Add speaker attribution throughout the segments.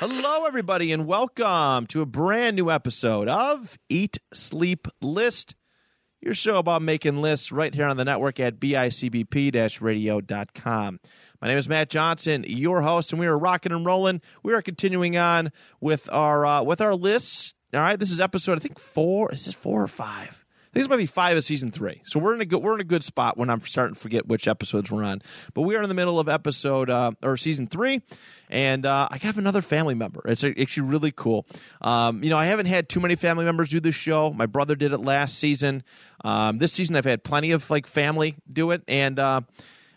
Speaker 1: Hello, everybody, and welcome to a brand new episode of Eat Sleep List, your show about making lists right here on the network at bicbp radio.com. My name is Matt Johnson, your host, and we are rocking and rolling. We are continuing on with our uh, with our lists. All right, this is episode I think four. Is this four or five? I think this might be five of season three. So we're in a good we're in a good spot when I'm starting to forget which episodes we're on. But we are in the middle of episode uh, or season three, and uh, I have another family member. It's actually really cool. Um, you know, I haven't had too many family members do this show. My brother did it last season. Um, this season, I've had plenty of like family do it, and. Uh,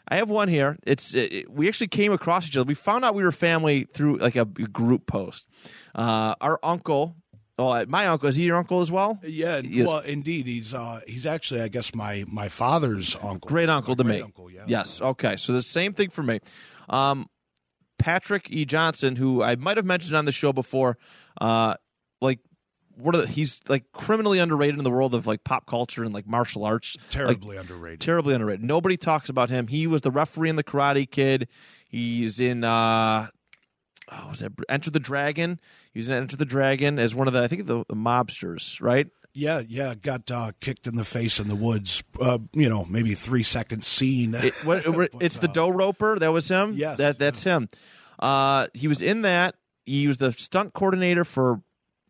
Speaker 1: I have one here. It's it, it- we actually came across each other. We found out we were family through like a group post. Uh, our uncle, oh, my uncle is he your uncle as well?
Speaker 2: Yeah,
Speaker 1: Yes.
Speaker 2: well, indeed, he's uh, he's actually, I guess, my my father's uncle,
Speaker 1: great uncle to
Speaker 2: Great
Speaker 1: me.
Speaker 2: uncle, yeah.
Speaker 1: Yes. Okay. So the same thing for me. Um, Patrick E. Johnson, who I might have mentioned on the show before, uh, like what are the, he's like criminally underrated in the world of like pop culture and like martial arts. Like,
Speaker 2: terribly underrated.
Speaker 1: terribly underrated. Nobody talks about him. He was the referee in the Karate Kid. He's in uh oh, was that Enter the Dragon? He was in Enter the Dragon as one of the I think the, the mobsters, right?
Speaker 2: yeah, yeah, got uh, kicked in the face in the woods. Uh, you know, maybe three second scene.
Speaker 1: It, what, it's the Doe Roper. That was him.
Speaker 2: Yes,
Speaker 1: that that's him. Uh, he was in that. He was the stunt coordinator for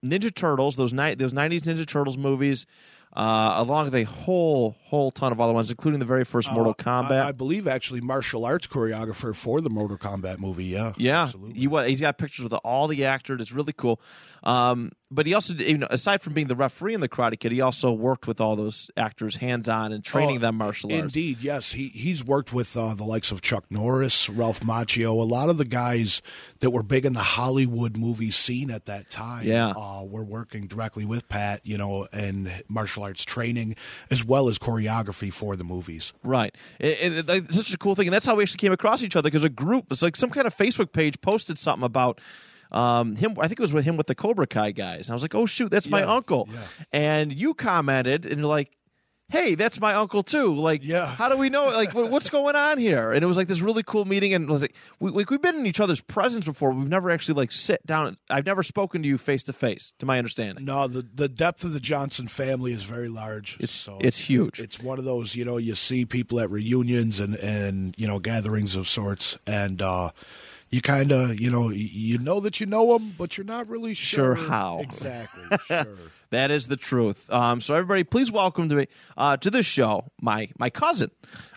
Speaker 1: Ninja Turtles. Those ni- those nineties Ninja Turtles movies. Uh, along with a whole whole ton of other ones, including the very first Mortal Kombat.
Speaker 2: Uh, I, I believe actually martial arts choreographer for the Mortal Kombat movie. Yeah,
Speaker 1: Yeah,
Speaker 2: absolutely.
Speaker 1: he was. He's got pictures with all the actors. It's really cool. Um, but he also, did- you know, aside from being the referee in the Karate Kid, he also worked with all those actors hands on and training
Speaker 2: Oh,
Speaker 1: them martial arts.
Speaker 2: Indeed, yes. He he's worked with uh, the likes of Chuck Norris, Ralph Macchio, a lot of the guys that were big in the Hollywood movie scene at that time.
Speaker 1: Yeah.
Speaker 2: uh, were working directly with Pat, you know, and martial arts training as well as choreography for the movies.
Speaker 1: Right. It- it- it- like, such a cool thing, and that's how we actually came across each other because a group, it's like some kind of Facebook page, posted something about. Um, him, I think it was with him with the Cobra Kai guys, and I was like, "Oh shoot, that's my
Speaker 2: Yeah,
Speaker 1: uncle."
Speaker 2: yeah.
Speaker 1: And you commented, and you're like, hey, that's my uncle too. Like,
Speaker 2: Yeah.
Speaker 1: how do we know? Like, what- what's going on here? And it was like this really cool meeting, and it was like we, like we've been in each other's presence before. We've never actually like sit down. I've never spoken to you face to face, to my understanding.
Speaker 2: No, the the depth of the Johnson family is very large.
Speaker 1: It's
Speaker 2: so
Speaker 1: it's huge.
Speaker 2: it's one of those you know you see people at reunions and and you know gatherings of sorts and uh you kind of you know you know that you know them but you're not really
Speaker 1: Sure
Speaker 2: sure,
Speaker 1: how.
Speaker 2: exactly sure
Speaker 1: that is the truth. Um, so everybody, please welcome to me uh, to this show my my cousin,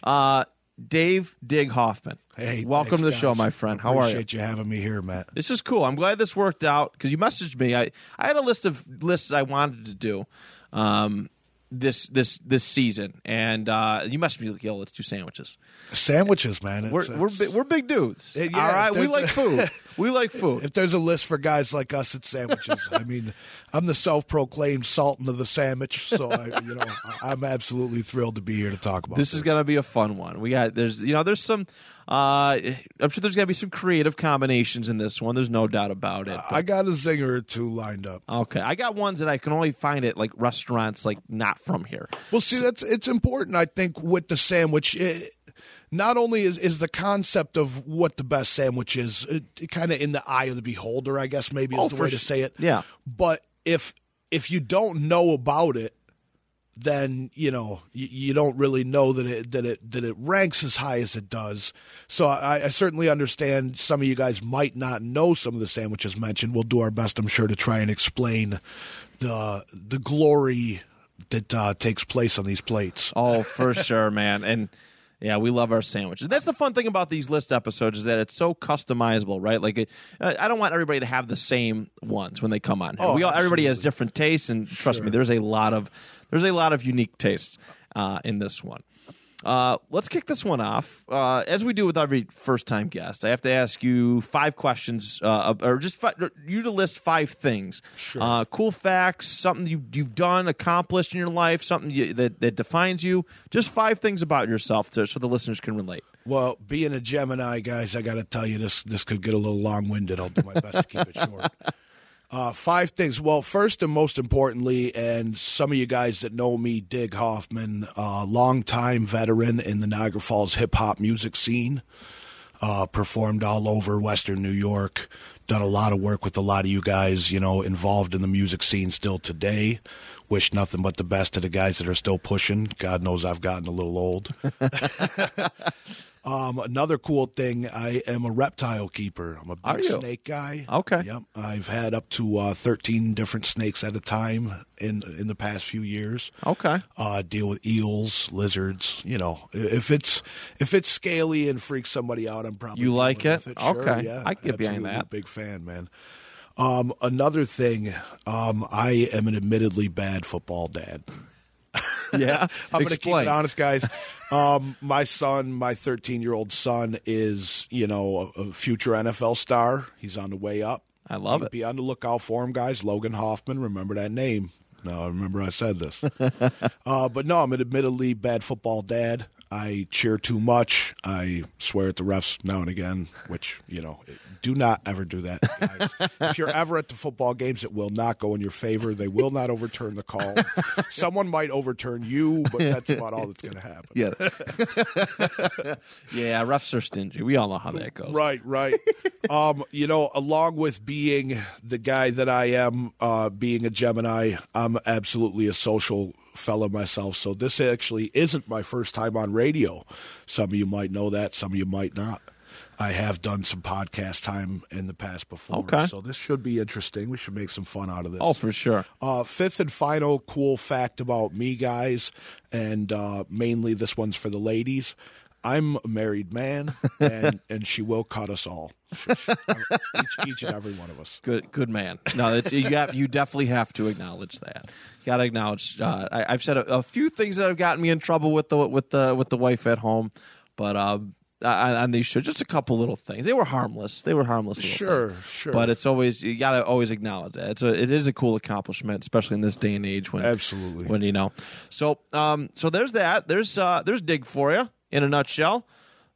Speaker 1: uh, Dave Dig Hoffman.
Speaker 2: hey
Speaker 1: welcome
Speaker 2: thanks,
Speaker 1: to the show,
Speaker 2: guys.
Speaker 1: my friend. How are you?
Speaker 2: appreciate you having me here matt
Speaker 1: This is cool. I'm glad this worked out because you messaged me. I, I had a list of lists I wanted to do um, this this this season, and uh, you messaged me like, "Yo, let's do sandwiches."
Speaker 2: sandwiches man it's-
Speaker 1: We're we're,
Speaker 2: it's-
Speaker 1: bi- we're big dudes.
Speaker 2: Yeah,
Speaker 1: All right, we
Speaker 2: there's
Speaker 1: like
Speaker 2: a-
Speaker 1: food. We like food.
Speaker 2: if there's a list for guys like us, it's sandwiches. I mean, I'm the self-proclaimed Sultan of the sandwich, so I, you know I- I'm absolutely thrilled to be here to talk about
Speaker 1: This is gonna be a fun one. We got there's you know there's some uh, I'm sure there's gonna be some creative combinations in this one. There's no doubt about it.
Speaker 2: I got a zinger or two lined up.
Speaker 1: okay, Uh, I got ones that I can only find at like restaurants like not from here.
Speaker 2: Well, see, that's it's important. I think with the sandwich, it, not only is is the concept of what the best sandwich is, it, kind of in the eye of the beholder. I guess maybe
Speaker 1: Oh,
Speaker 2: is the
Speaker 1: for
Speaker 2: way
Speaker 1: s-
Speaker 2: to say it.
Speaker 1: yeah.
Speaker 2: But if if you don't know about it, then you know you, you don't really know that it that it that it ranks as high as it does. So I, I certainly understand some of you guys might not know some of the sandwiches mentioned. We'll do our best, I'm sure, to try and explain the the glory that uh, takes place on these plates.
Speaker 1: Oh, for sure, man. And yeah, we love our sandwiches. That's the fun thing about these list episodes is that it's so customizable, right? Like, it, uh, I don't want everybody to have the same ones when they come on. here.
Speaker 2: Oh,
Speaker 1: we all, everybody has different tastes, and trust me, there's a lot of there's a lot of unique tastes uh, in this one. Uh, let's kick this one off. Uh, as we do with every first time guest, I have to ask you five questions, uh, or just fi- or you to list five things.
Speaker 2: Sure.
Speaker 1: Uh, cool facts, something you, you've done, accomplished in your life, something you, that, that defines you. Just five things about yourself to, so the listeners can relate.
Speaker 2: Well, being a Gemini, guys, I got to tell you this. This could get a little long winded. I'll do my best to keep it short. Uh, five things. Well, first and most importantly, and some of you guys that know me, Dig Hoffman, uh, longtime veteran in the Niagara Falls hip hop music scene, uh, performed all over Western New York, done a lot of work with a lot of you guys, you know, involved in the music scene still today. Wish nothing but the best to the guys that are still pushing. God knows I've gotten a little old. Um, another cool thing, I am a reptile keeper. I'm a
Speaker 1: Are
Speaker 2: big
Speaker 1: you?
Speaker 2: snake guy.
Speaker 1: Okay.
Speaker 2: Yep. I've had up to uh, 13 different snakes at a time in in the past few years.
Speaker 1: Okay.
Speaker 2: Uh, deal with eels, lizards. You know, if it's if it's scaly and freaks somebody out, I'm probably
Speaker 1: You like
Speaker 2: dealing with
Speaker 1: it?
Speaker 2: Sure,
Speaker 1: Okay.
Speaker 2: yeah,
Speaker 1: I can get behind
Speaker 2: absolutely
Speaker 1: that.
Speaker 2: Big fan, man. Um, another thing, um, I am an admittedly bad football dad.
Speaker 1: Yeah.
Speaker 2: I'm going to keep
Speaker 1: Explain.
Speaker 2: it honest, guys. Um, my son, my 13 year old son, is you know a, a future NFL star. He's on the way up.
Speaker 1: I love it.
Speaker 2: Be on the lookout for him, guys. Logan Hoffman. Remember that name. No, I remember I said this. uh, but no, I'm an admittedly bad football dad. I cheer too much. I swear at the refs now and again, which, you know, do not ever do that, guys. if you're ever at the football games, it will not go in your favor. They will not overturn the call. Someone might overturn you, but that's about all that's going to happen.
Speaker 1: Yeah. yeah, refs are stingy. We all know how that goes.
Speaker 2: Right, right. um, you know, along with being the guy that I am, uh, being a Gemini, I'm absolutely a social fella myself. So this actually isn't my first time on radio. Some of you might know that, some of you might not. I have done some podcast time in the past before.
Speaker 1: Okay.
Speaker 2: So this should be interesting. We should make some fun out of this.
Speaker 1: Oh, for sure.
Speaker 2: Uh, fifth and final cool fact about me, guys, and uh, mainly this one's for the ladies. I'm a married man, and, and she will cut us all, She- she- each, each and every one of us.
Speaker 1: Good, good man. No, that's, you have, you definitely have to acknowledge that. Got to acknowledge. Uh, I, I've said a, a few things that have gotten me in trouble with the with the with the wife at home, but um, on on these shows, just a couple little things. They were harmless. They were harmless. little
Speaker 2: Sure,
Speaker 1: things.
Speaker 2: sure.
Speaker 1: But it's always you got to always acknowledge that. It's a it is a cool accomplishment, especially in this day and age when
Speaker 2: Absolutely.
Speaker 1: when you know. So um, so there's that. There's uh, there's dig for you in a nutshell.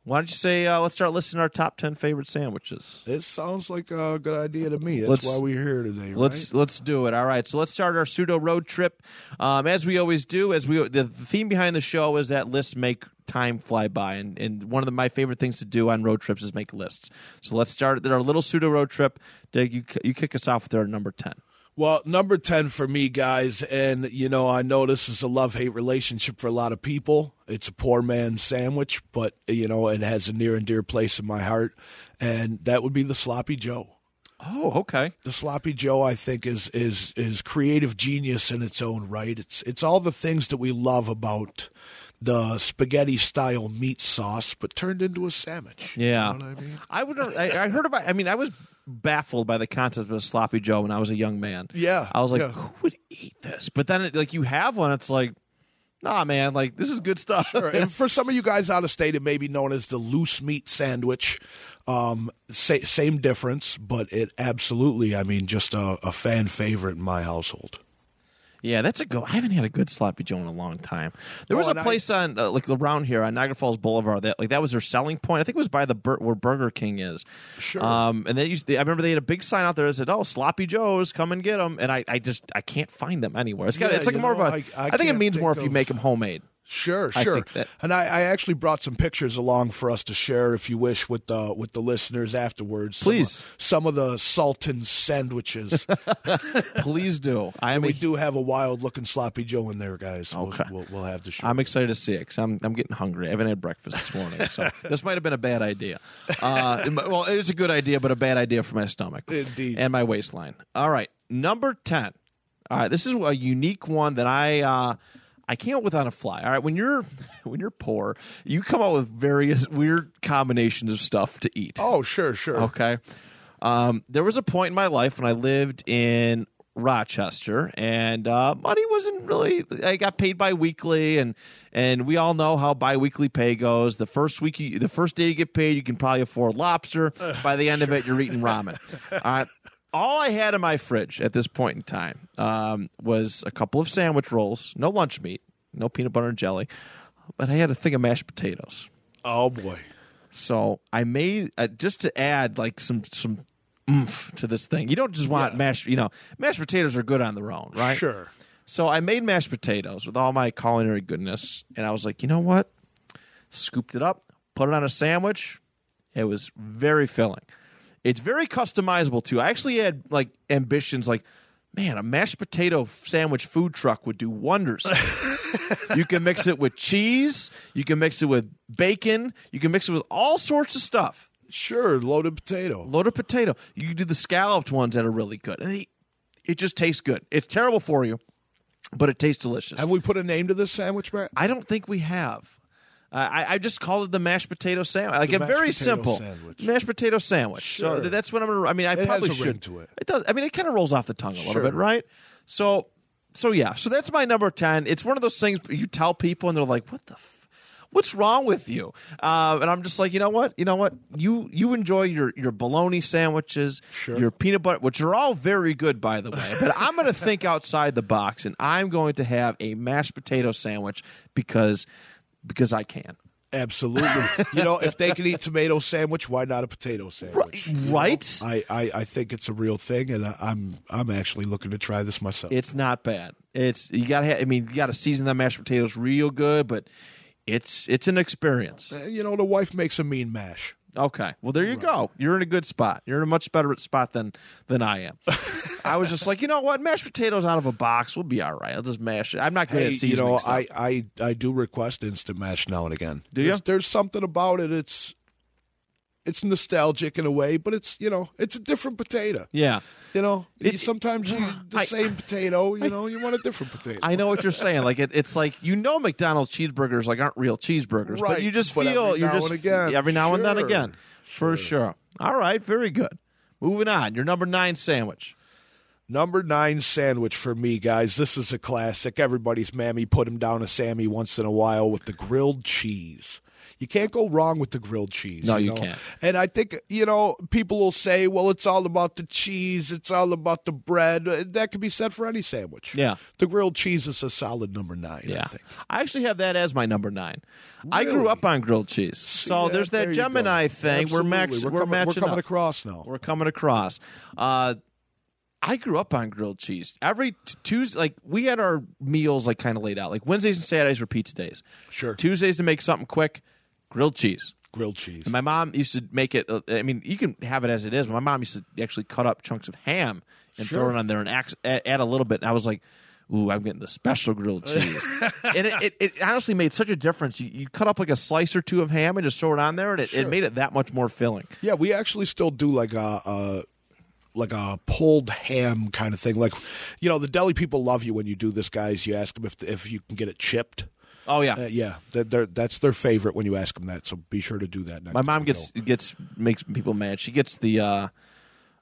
Speaker 1: Why don't you say uh, let's start listing our top ten favorite sandwiches?
Speaker 2: It sounds like a good idea to me. That's
Speaker 1: Let's-
Speaker 2: why we're here today,
Speaker 1: Let's
Speaker 2: right?
Speaker 1: let's do it. All right. So let's start our pseudo road trip. Um, as we always do, as we the theme behind the show is that lists make time fly by, and, and one of the, my favorite things to do on road trips is make lists. So let's start our little pseudo road trip. Dig, you you kick us off with our number ten.
Speaker 2: Well, number 10 for me, guys, and, you know, I know this is a love-hate relationship for a lot of people. It's a poor man's sandwich, but, you know, it has a near and dear place in my heart, and that would be the Sloppy Joe.
Speaker 1: Oh, okay.
Speaker 2: the sloppy joe i think is is is creative genius in its own right it's it's all the things that we love about the spaghetti style meat sauce but turned into a sandwich
Speaker 1: Yeah.
Speaker 2: you know what i mean
Speaker 1: I would. I, I heard about. I mean, I was baffled by the concept of a sloppy Joe when I was a young man.
Speaker 2: Yeah,
Speaker 1: I was like,
Speaker 2: yeah.
Speaker 1: who would eat this? But then, it, like, you have one. It's like, nah, man. Like, this is good stuff.
Speaker 2: Sure. And for some of you guys out of state, it may be known as the loose meat sandwich. Um, sa- same difference, but it absolutely, I mean, just a, a fan favorite in my household.
Speaker 1: Yeah, that's a go. I haven't had a good sloppy Joe in a long time. There
Speaker 2: Oh,
Speaker 1: was a
Speaker 2: and I-
Speaker 1: place on uh, like around here on Niagara Falls Boulevard that like that was their selling point. I think it was by the Bur- where Burger King is.
Speaker 2: Sure.
Speaker 1: Um, and they used they, I remember they had a big sign out there that said, "Oh, sloppy Joes, come and get them." And I, I just I can't find them anywhere. It's got
Speaker 2: Yeah,
Speaker 1: it's like
Speaker 2: you
Speaker 1: more
Speaker 2: know,
Speaker 1: of a.
Speaker 2: I- I
Speaker 1: I think it
Speaker 2: can't
Speaker 1: means more if
Speaker 2: think
Speaker 1: you
Speaker 2: of-
Speaker 1: make them homemade.
Speaker 2: Sure,
Speaker 1: I
Speaker 2: sure.
Speaker 1: think that-
Speaker 2: and I, I actually brought some pictures along for us to share, if you wish, with the with the listeners afterwards. Some of-
Speaker 1: Please.
Speaker 2: some of the Sultan sandwiches.
Speaker 1: Please do. I am.
Speaker 2: we
Speaker 1: A,
Speaker 2: do have a wild looking sloppy Joe in there, guys. We'll-
Speaker 1: Okay.
Speaker 2: We'll, we'll, have to share.
Speaker 1: I'm excited to see it 'cause I'm I'm getting hungry. I haven't had breakfast this morning, so this might have been a bad idea. Uh, it- well, it's a good idea, but a bad idea for my stomach.
Speaker 2: Indeed.
Speaker 1: and my waistline. All right, number ten. All right, this is a unique one that I uh, I came up with on a fly. All right, when you're when you're poor, you come up with various weird combinations of stuff to eat.
Speaker 2: oh, sure, sure.
Speaker 1: Okay. Um, there was a point in my life when I lived in Rochester, and uh, money wasn't really. I got paid biweekly, and and we all know how biweekly pay goes. The first week, you, the first day you get paid, you can probably afford lobster. By the end of it, you're eating ramen. all right. All I had in my fridge at this point in time um, was a couple of sandwich rolls, no lunch meat, no peanut butter and jelly, but I had a thing of mashed potatoes.
Speaker 2: Oh boy.
Speaker 1: So I made uh, just to add like some some oomph to this thing. You don't just want mashed, you know, mashed potatoes are good on their own, right?
Speaker 2: Sure.
Speaker 1: So I made mashed potatoes with all my culinary goodness, and I was like, you know what? Scooped it up, put it on a sandwich. It was very filling. It's very customizable too. I actually had like ambitions, like, man, a mashed potato sandwich food truck would do wonders. you can mix it with cheese. You can mix it with bacon. You can mix it with all sorts of stuff
Speaker 2: Sure. Loaded potato.
Speaker 1: loaded potato. You can do the scalloped ones that are really good. And it, it just tastes good. It's terrible for you, but it tastes delicious.
Speaker 2: Have we put a name to this sandwich, Matt?
Speaker 1: I don't think we have. Uh, I, I just called it the mashed potato sandwich. Like a
Speaker 2: mashed
Speaker 1: very
Speaker 2: potato
Speaker 1: simple
Speaker 2: sandwich.
Speaker 1: mashed potato sandwich. So
Speaker 2: Sure.
Speaker 1: th- that's what I'm gonna. I mean, I
Speaker 2: has
Speaker 1: probably
Speaker 2: a
Speaker 1: should.
Speaker 2: ring to it.
Speaker 1: It does. I mean, it kind of rolls off the tongue a little
Speaker 2: Sure.
Speaker 1: bit, right? So, so yeah. So that's my number ten. It's one of those things you tell people, and they're like, "What the." F- What's wrong with you? Uh, and I'm just like, you know what? You know what? You you enjoy your your bologna sandwiches,
Speaker 2: Sure.
Speaker 1: your peanut butter, which are all very good, by the way. But I'm going to think outside the box, and I'm going to have a mashed potato sandwich because because I can.
Speaker 2: Absolutely. you know, if they can eat tomato sandwich, why not a potato sandwich? You know,
Speaker 1: right?
Speaker 2: I, I, I think it's a real thing, and I, I'm I'm actually looking to try this myself.
Speaker 1: It's not bad. It's you got to. Ha- I mean, you got to season the mashed potatoes real good, but it's it's an experience.
Speaker 2: Uh, you know, the wife makes a mean mash.
Speaker 1: Okay. Well, there you go. You're in a good spot. You're in a much better spot than than I am. I was just like, you know what? Mashed potatoes out of a box will be all right. I'll just mash it. I'm not good
Speaker 2: Hey,
Speaker 1: at
Speaker 2: you
Speaker 1: seasoning
Speaker 2: know,
Speaker 1: stuff.
Speaker 2: I, I I do request instant mash now and again.
Speaker 1: Do ya?
Speaker 2: There's, there's something about it. It's it's nostalgic in a way, but it's you know, it's a different potato.
Speaker 1: yeah.
Speaker 2: You know,
Speaker 1: It-
Speaker 2: You- sometimes you, the
Speaker 1: I-
Speaker 2: same potato. You know, you want a different potato.
Speaker 1: I know what you're saying. Like it, it's like you know McDonald's cheeseburgers like aren't real cheeseburgers, but
Speaker 2: Right,
Speaker 1: you just
Speaker 2: but
Speaker 1: feel
Speaker 2: every
Speaker 1: you're
Speaker 2: now
Speaker 1: just
Speaker 2: and again.
Speaker 1: every now and then
Speaker 2: Sure,
Speaker 1: again, for sure. All right, very good. Moving on, your number nine sandwich.
Speaker 2: Number nine sandwich for me, guys. This is a classic. Everybody's mammy put him down a Sammy once in a while with the grilled cheese. You can't go wrong with the grilled cheese.
Speaker 1: No, you
Speaker 2: know?
Speaker 1: can't.
Speaker 2: And I think, you know, people will say, well, it's all about the cheese, it's all about the bread. Uh, That could be said for any sandwich.
Speaker 1: Yeah.
Speaker 2: The grilled cheese is a solid number nine, I
Speaker 1: Yeah,
Speaker 2: think.
Speaker 1: I, actually have that as my number nine. I grew
Speaker 2: Really?
Speaker 1: up on grilled cheese, so
Speaker 2: Yeah,
Speaker 1: there's that
Speaker 2: there you go.
Speaker 1: Gemini thing. We're
Speaker 2: Absolutely.
Speaker 1: max. We're,
Speaker 2: coming,
Speaker 1: matching
Speaker 2: we're coming
Speaker 1: up.
Speaker 2: across now.
Speaker 1: We're coming across. Uh, I grew up on grilled cheese. Every t- Tuesday, like we had our meals like kind of laid out. Like Wednesdays and Saturdays were pizza days.
Speaker 2: Sure.
Speaker 1: Tuesdays to make something quick, grilled cheese.
Speaker 2: grilled cheese.
Speaker 1: My mom used to make it. uh, I mean, you can have it as it is. but My mom used to actually cut up chunks of ham and throw
Speaker 2: Sure.
Speaker 1: it on there and ax- a- add a little bit. And I was like, "Ooh, I'm getting the special grilled cheese." and it, it, it honestly made such a difference. You, you cut up like a slice or two of ham and just throw it on there, and it, it made it that much more filling.
Speaker 2: Yeah, we actually still do like a, a like a pulled ham kind of thing. Like, you know, the deli people love you when you do this, guys. You ask them if if you can get it chipped.
Speaker 1: Oh yeah,
Speaker 2: Uh, yeah, they're, they're, that's their favorite when you ask them that. So be sure to do that next.
Speaker 1: my mom
Speaker 2: time you
Speaker 1: gets
Speaker 2: go.
Speaker 1: gets makes people mad. She gets the uh,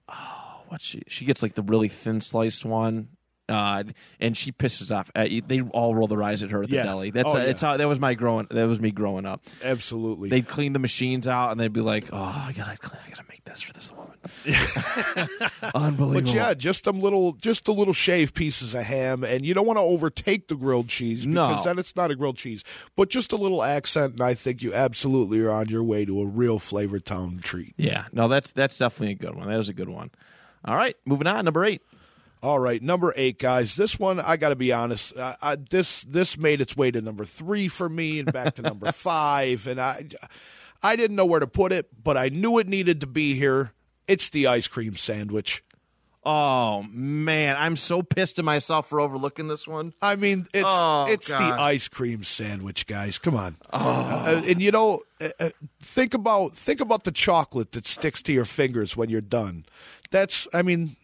Speaker 1: oh, what she she gets like the really thin sliced one. Uh, and she pisses off. Uh, they all roll their eyes at her at the
Speaker 2: Yeah.
Speaker 1: deli. That's
Speaker 2: Oh,
Speaker 1: uh, it's
Speaker 2: yeah.
Speaker 1: how that was my growing. That was me growing up.
Speaker 2: absolutely.
Speaker 1: they'd clean the machines out and they'd be like, "Oh, I gotta clean, I gotta make this for this woman." Unbelievable.
Speaker 2: but yeah, just them little, just the little shaved pieces of ham, and you don't want to overtake the grilled cheese
Speaker 1: No.
Speaker 2: because then it's not a grilled cheese, but just a little accent, and I think you absolutely are on your way to a real flavor town treat.
Speaker 1: Yeah, no, that's that's definitely a good one. That was a good one. All right, moving on. Number eight.
Speaker 2: All right, number eight, guys. This one, I got to be honest. I, I, this this made its way to number three for me, and back to number five, and I I didn't know where to put it, but I knew it needed to be here. It's the ice cream sandwich.
Speaker 1: Oh man, I'm so pissed at myself for overlooking this one.
Speaker 2: I mean, it's
Speaker 1: Oh,
Speaker 2: it's
Speaker 1: God. Oh.
Speaker 2: the ice cream sandwich, guys. Come on, Uh, and you know, uh, uh, think about think about the chocolate that sticks to your fingers when you're done. That's, I mean,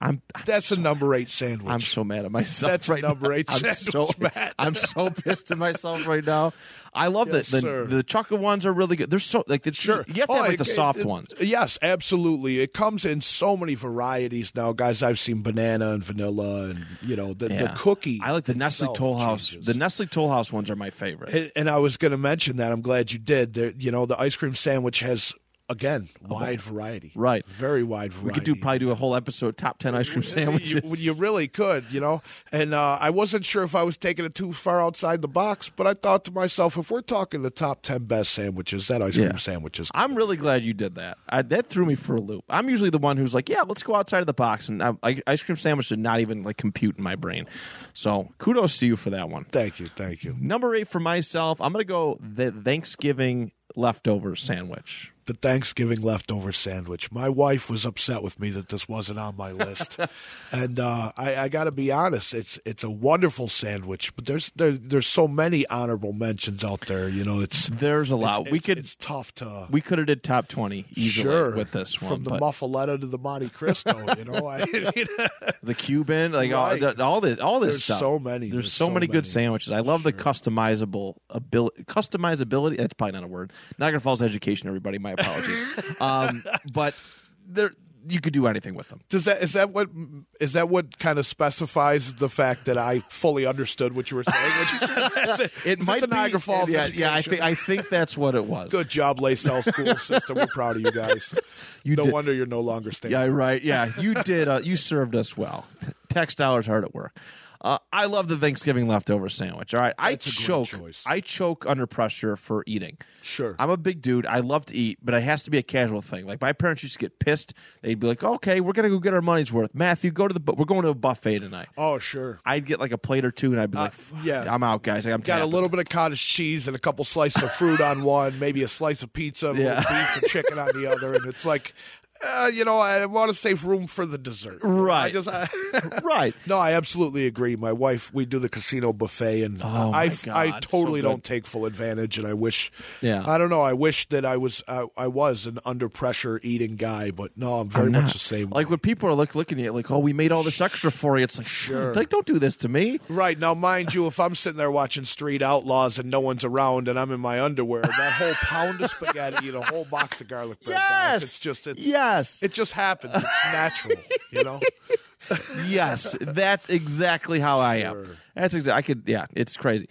Speaker 1: I'm I'm
Speaker 2: That's
Speaker 1: so,
Speaker 2: a number eight sandwich.
Speaker 1: I'm so mad at myself.
Speaker 2: That's
Speaker 1: right
Speaker 2: number
Speaker 1: now.
Speaker 2: eight
Speaker 1: I'm
Speaker 2: sandwich,
Speaker 1: so
Speaker 2: Matt.
Speaker 1: I'm so pissed at myself right now. I love
Speaker 2: Yes,
Speaker 1: that the,
Speaker 2: sir.
Speaker 1: the chocolate ones are really good. They're so like the,
Speaker 2: Sure.
Speaker 1: You have to have
Speaker 2: Oh,
Speaker 1: like
Speaker 2: it-
Speaker 1: the soft
Speaker 2: it-
Speaker 1: ones.
Speaker 2: Yes, absolutely. It comes in so many varieties now, guys. I've seen banana and vanilla, and you know the, the
Speaker 1: Yeah.
Speaker 2: cookie.
Speaker 1: I like the Nestle
Speaker 2: itself
Speaker 1: Toll House.
Speaker 2: changes.
Speaker 1: The Nestle Toll House ones are my favorite.
Speaker 2: And, and I was going to mention that. I'm glad you did. There, you know, the ice cream sandwich has again wide variety.
Speaker 1: Right.
Speaker 2: Very wide variety.
Speaker 1: we could do probably do a whole episode top ten ice cream
Speaker 2: You,
Speaker 1: sandwiches.
Speaker 2: you really could, you know. And uh, I wasn't sure if I was taking it too far outside the box, but I thought to myself, if we're talking the top ten best sandwiches, that ice
Speaker 1: Yeah.
Speaker 2: cream sandwich is
Speaker 1: I'm really glad you did that. I, that threw me for a loop. I'm usually the one who's like, "Yeah, let's go outside of the box," and I, I, ice cream sandwich did not even like compute in my brain. So kudos to you for that one.
Speaker 2: Thank you, thank you.
Speaker 1: Number eight for myself, I'm gonna go the Thanksgiving leftover sandwich.
Speaker 2: the Thanksgiving leftover sandwich. My wife was upset with me that this wasn't on my list, and uh, I, I got to be honest, it's it's a wonderful sandwich. But there's there, there's so many honorable mentions out there. You know, it's
Speaker 1: There's a lot Uh, we
Speaker 2: it's-
Speaker 1: could
Speaker 2: it's tough to
Speaker 1: we could have did top twenty easily
Speaker 2: sure
Speaker 1: with this one,
Speaker 2: from the
Speaker 1: but
Speaker 2: muffaletta to the Monte Cristo. you know, I,
Speaker 1: the Cuban, like all,
Speaker 2: Right.
Speaker 1: the, all this, all this
Speaker 2: There's
Speaker 1: stuff.
Speaker 2: so many.
Speaker 1: There's,
Speaker 2: There's
Speaker 1: so,
Speaker 2: so
Speaker 1: many, good
Speaker 2: many.
Speaker 1: sandwiches. I love the customizable ability. Customizability. That's probably not a word. Niagara Falls education. Everybody, my apologies. um, but there, you could do anything with them.
Speaker 2: does that is that what is that what kind of specifies the fact that I fully understood what you were saying? When you said that's it Is
Speaker 1: might
Speaker 2: the Niagara
Speaker 1: be,
Speaker 2: Falls.
Speaker 1: Yeah, yeah. I
Speaker 2: education?
Speaker 1: think I think that's what it was.
Speaker 2: Good job, Lacelle School System. We're proud of you guys.
Speaker 1: You
Speaker 2: no
Speaker 1: did-
Speaker 2: wonder you're no longer staying.
Speaker 1: Yeah, right. Yeah, you did. Uh, you served us well. Tax dollars hard at work. Uh, I love the Thanksgiving leftover sandwich. All right, I
Speaker 2: That's a great
Speaker 1: choke.
Speaker 2: choice.
Speaker 1: I choke under pressure for eating.
Speaker 2: Sure.
Speaker 1: I'm a big dude. I love to eat, but it has to be a casual thing. Like my parents used to get pissed. They'd be like, "Okay, we're gonna go get our money's worth." Matthew, go to the. bu- We're going to a buffet tonight.
Speaker 2: oh, sure.
Speaker 1: I'd get like a plate or two, and I'd be like, "Fuck,
Speaker 2: Uh, yeah.
Speaker 1: I'm out, guys. Like, I'm
Speaker 2: Got a
Speaker 1: tapping."
Speaker 2: little bit of cottage cheese and a couple slices of fruit on one, maybe a slice of pizza, and a little beef and chicken on the other, and it's like, uh, you know, I want to save room for the dessert.
Speaker 1: Right.
Speaker 2: I just, I,
Speaker 1: right.
Speaker 2: no, I absolutely agree. My wife, we do the casino buffet, and
Speaker 1: Oh, my
Speaker 2: I, I
Speaker 1: God,
Speaker 2: totally
Speaker 1: so good.
Speaker 2: don't take full advantage. And I wish,
Speaker 1: Yeah.
Speaker 2: I don't know. I wish that I was, I, I was an under pressure eating guy, but no, I'm very much the same.
Speaker 1: Like when people are like looking at you, like, "Oh, we made all this extra for you." It's like,
Speaker 2: Sure.
Speaker 1: like don't do this to me.
Speaker 2: Right now, mind you, if I'm sitting there watching Street Outlaws and no one's around and I'm in my underwear, that whole pound of spaghetti and a whole box of garlic bread, guys, it's just it's
Speaker 1: yes,
Speaker 2: it just happens. It's natural, you know.
Speaker 1: yes. That's exactly how I am.
Speaker 2: Sure.
Speaker 1: That's exactly. I could. Yeah, it's crazy.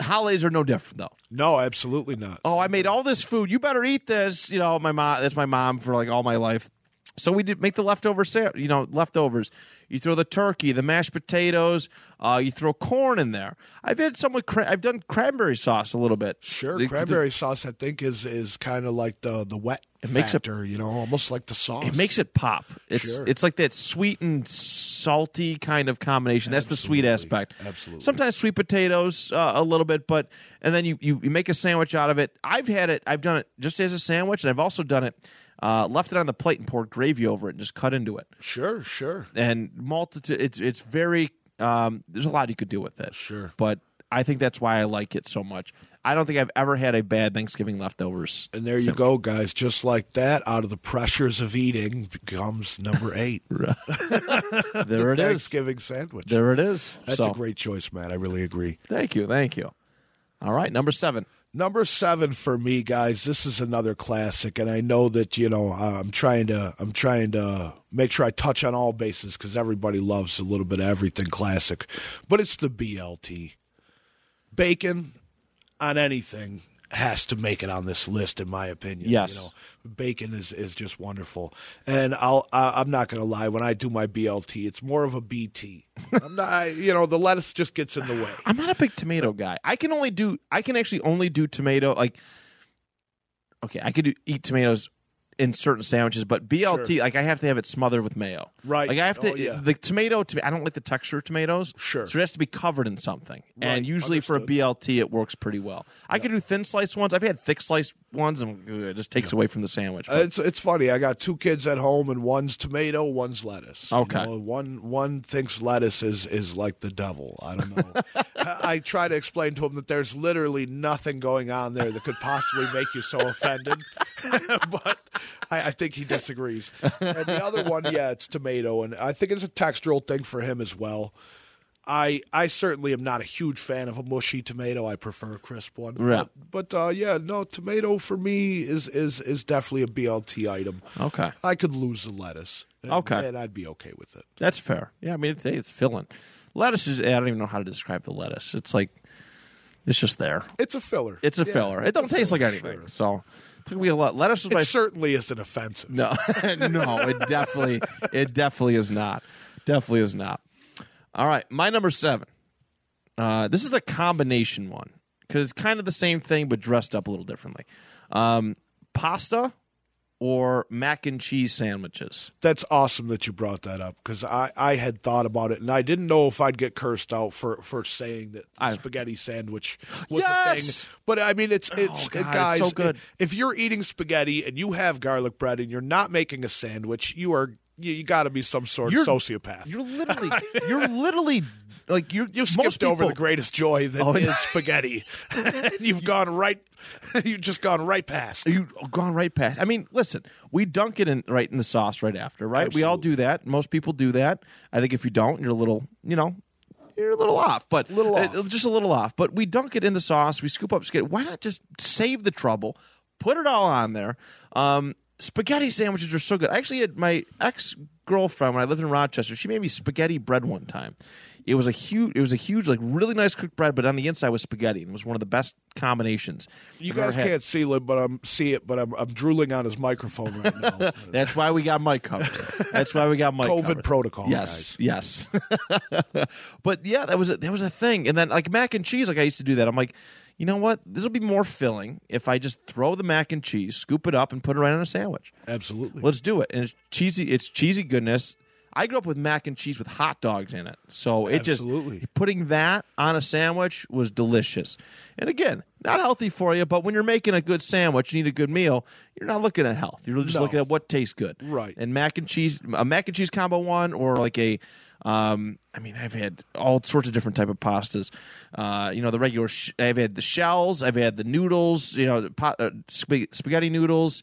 Speaker 1: Holidays are no different though.
Speaker 2: No, absolutely not.
Speaker 1: Oh, I made all this food. You better eat this. You know, my mom. That's my mom for like all my life. So we did make the leftover. Sa- you know, leftovers. You throw the turkey, the mashed potatoes. Uh, you throw corn in there. I've had some with. Cra- I've done cranberry sauce a little bit.
Speaker 2: sure,
Speaker 1: The- the-
Speaker 2: cranberry sauce I think is is kind of like the the wet it
Speaker 1: makes it-
Speaker 2: factor, you know, almost like the sauce.
Speaker 1: It makes it pop. It's
Speaker 2: Sure.
Speaker 1: it's like that sweet and salty kind of combination. That's the sweet
Speaker 2: Absolutely.
Speaker 1: aspect.
Speaker 2: Absolutely.
Speaker 1: Sometimes sweet potatoes uh, a little bit, but and then you, you you make a sandwich out of it. I've had it. I've done it just as a sandwich, and I've also done it. Uh, left it on the plate and poured gravy over it and just cut into it.
Speaker 2: sure, sure,
Speaker 1: And multitude. It's it's very. Um, there's a lot you could do with it.
Speaker 2: sure.
Speaker 1: But I think that's why I like it so much. I don't think I've ever had a bad Thanksgiving leftovers.
Speaker 2: And there you go, guys. Just like that, out of the pressures of eating comes number eight.
Speaker 1: There it is.
Speaker 2: Thanksgiving sandwich.
Speaker 1: There it is.
Speaker 2: That's
Speaker 1: So-
Speaker 2: a great choice, Matt. I really agree.
Speaker 1: Thank you. Thank you. All right. Number seven.
Speaker 2: Number seven for me, guys. This is another classic, and I know that you know uh, I'm trying to I'm trying to make sure I touch on all bases because everybody loves a little bit of everything classic, but it's the BLT. Bacon on anything has to make it on this list, in my opinion.
Speaker 1: Yes.
Speaker 2: you know, bacon is is just wonderful, and I'll I, I'm not gonna lie. When I do my BLT, it's more of a BT. I'm not, I, you know, the lettuce just gets in the way.
Speaker 1: I'm not a big tomato guy. I can only do. I can actually only do tomato. Like, okay, I could do, eat tomatoes in certain sandwiches, but BLT, like, I have to have it smothered with mayo.
Speaker 2: Right.
Speaker 1: Like, I have to
Speaker 2: Oh, yeah.
Speaker 1: the tomato. To, I don't like the texture of tomatoes.
Speaker 2: Sure.
Speaker 1: So it has to be covered in something.
Speaker 2: Right.
Speaker 1: And usually for a BLT, it works pretty well. I could do thin sliced ones. I've had thick sliced ones, and ugh, it just takes away from the sandwich.
Speaker 2: Uh, It's it's funny. I got two kids at home, and one's tomato, one's lettuce. You
Speaker 1: Okay.
Speaker 2: know, one one thinks lettuce is is like the devil. I don't know. I, I try to explain to him that there's literally nothing going on there that could possibly make you so offended, but I, I think he disagrees. And the other one, yeah, it's tomato, and I think it's a textural thing for him as well. I I certainly am not a huge fan of a mushy tomato. I prefer a crisp one.
Speaker 1: Right.
Speaker 2: But, but, uh, yeah, no, tomato for me is is is definitely a BLT item.
Speaker 1: Okay.
Speaker 2: I could lose the lettuce. And,
Speaker 1: Okay.
Speaker 2: And I'd be okay with it.
Speaker 1: That's fair. Yeah, I mean it's, it's filling. Lettuce is I don't even know how to describe the lettuce. It's like it's just there.
Speaker 2: It's a filler.
Speaker 1: It's a
Speaker 2: Yeah,
Speaker 1: filler. It
Speaker 2: it's a
Speaker 1: don't taste like
Speaker 2: filler,
Speaker 1: anything.
Speaker 2: sure.
Speaker 1: So it took me a lot. Lettuce was
Speaker 2: It
Speaker 1: my
Speaker 2: certainly isn't offensive.
Speaker 1: no, no. It definitely, it definitely is not. Definitely is not. All right, my number seven. Uh, this is a combination one because it's kind of the same thing but dressed up a little differently. Um, pasta or mac and cheese sandwiches.
Speaker 2: That's awesome that you brought that up because I, I had thought about it and I didn't know if I'd get cursed out for, for saying that the
Speaker 1: I-
Speaker 2: spaghetti sandwich was
Speaker 1: Yes! Oh,
Speaker 2: a thing. But I mean, it's it's
Speaker 1: God, it's
Speaker 2: guys.
Speaker 1: so good.
Speaker 2: If, you're eating spaghetti and you have garlic bread and you're not making a sandwich, you are you, you got to be some sort
Speaker 1: You're-
Speaker 2: of sociopath.
Speaker 1: You're literally, you're literally like you're.
Speaker 2: You've
Speaker 1: most
Speaker 2: skipped over
Speaker 1: people-
Speaker 2: the greatest joy that is
Speaker 1: Oh, yeah.
Speaker 2: spaghetti. you've gone right. You've just gone right past.
Speaker 1: You gone right past. I mean, listen, we dunk it in right in the sauce right after, right? We all do that. Most people do that. I think if you don't, you're a little, you know, you're a little off, but
Speaker 2: Little off.
Speaker 1: uh, just a little off. But we dunk it in the sauce. We scoop up spaghetti. Why not just save the trouble, put it all on there? Um, spaghetti sandwiches are so good. I actually had my ex girlfriend when I lived in Rochester. She made me spaghetti bread one time. It was a huge, it was a huge, like really nice cooked bread, but on the inside was spaghetti, and it was one of the best combinations.
Speaker 2: You
Speaker 1: I've ever
Speaker 2: guys
Speaker 1: had.
Speaker 2: can't see it, but I'm see it, but I'm I'm drooling on his microphone right now.
Speaker 1: That's why we got Mike covered. That's why we got Mike
Speaker 2: COVID
Speaker 1: covered.
Speaker 2: protocol.
Speaker 1: Yes, yes. but yeah, that was a, that was a thing. And then like mac and cheese, like I used to do that. I'm like, you know what? This will be more filling if I just throw the mac and cheese, scoop it up, and put it right on a sandwich.
Speaker 2: guys. absolutely.
Speaker 1: Let's do it. And it's cheesy. It's cheesy goodness. I grew up with mac and cheese with hot dogs in it, so it
Speaker 2: Absolutely.
Speaker 1: just putting that on a sandwich was delicious. And again, not healthy for you, but when you're making a good sandwich, you need a good meal. You're not looking at health. You're just
Speaker 2: No.
Speaker 1: looking at what tastes good.
Speaker 2: Right.
Speaker 1: And mac and cheese, a mac and cheese combo one, or like a, um, I mean, I've had all sorts of different type of pastas. Uh, you know, the regular. Sh- I've had the shells. I've had the noodles. You know, the pot, uh, sp- spaghetti noodles,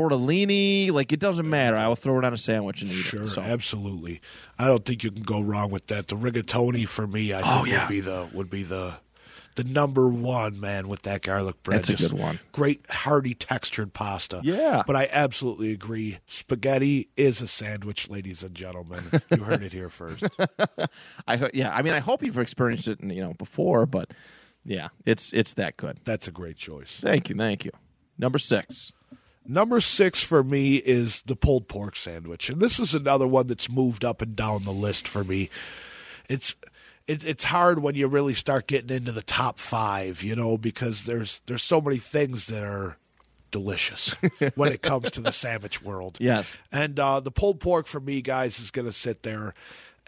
Speaker 1: tortellini. Like it doesn't matter. I will throw it on a sandwich and eat
Speaker 2: Sure,
Speaker 1: it. So.
Speaker 2: absolutely. I don't think you can go wrong with that. The rigatoni for me, I think
Speaker 1: Oh, yeah.
Speaker 2: would be the would be the the number one man with that garlic bread.
Speaker 1: That's a good one.
Speaker 2: Great hearty textured pasta.
Speaker 1: Yeah.
Speaker 2: but I absolutely agree. Spaghetti is a sandwich, ladies and gentlemen. You heard it here first.
Speaker 1: I ho- yeah. I mean, I hope you've experienced it, you know, before, but yeah, it's it's that good.
Speaker 2: That's a great choice.
Speaker 1: Thank you, thank you. Number six.
Speaker 2: Number six for me is the pulled pork sandwich, and this is another one that's moved up and down the list for me. It's it, it's hard when you really start getting into the top five, you know, because there's there's so many things that are delicious when it comes to the sandwich world.
Speaker 1: Yes.
Speaker 2: And uh, the pulled pork for me, guys, is going to sit there,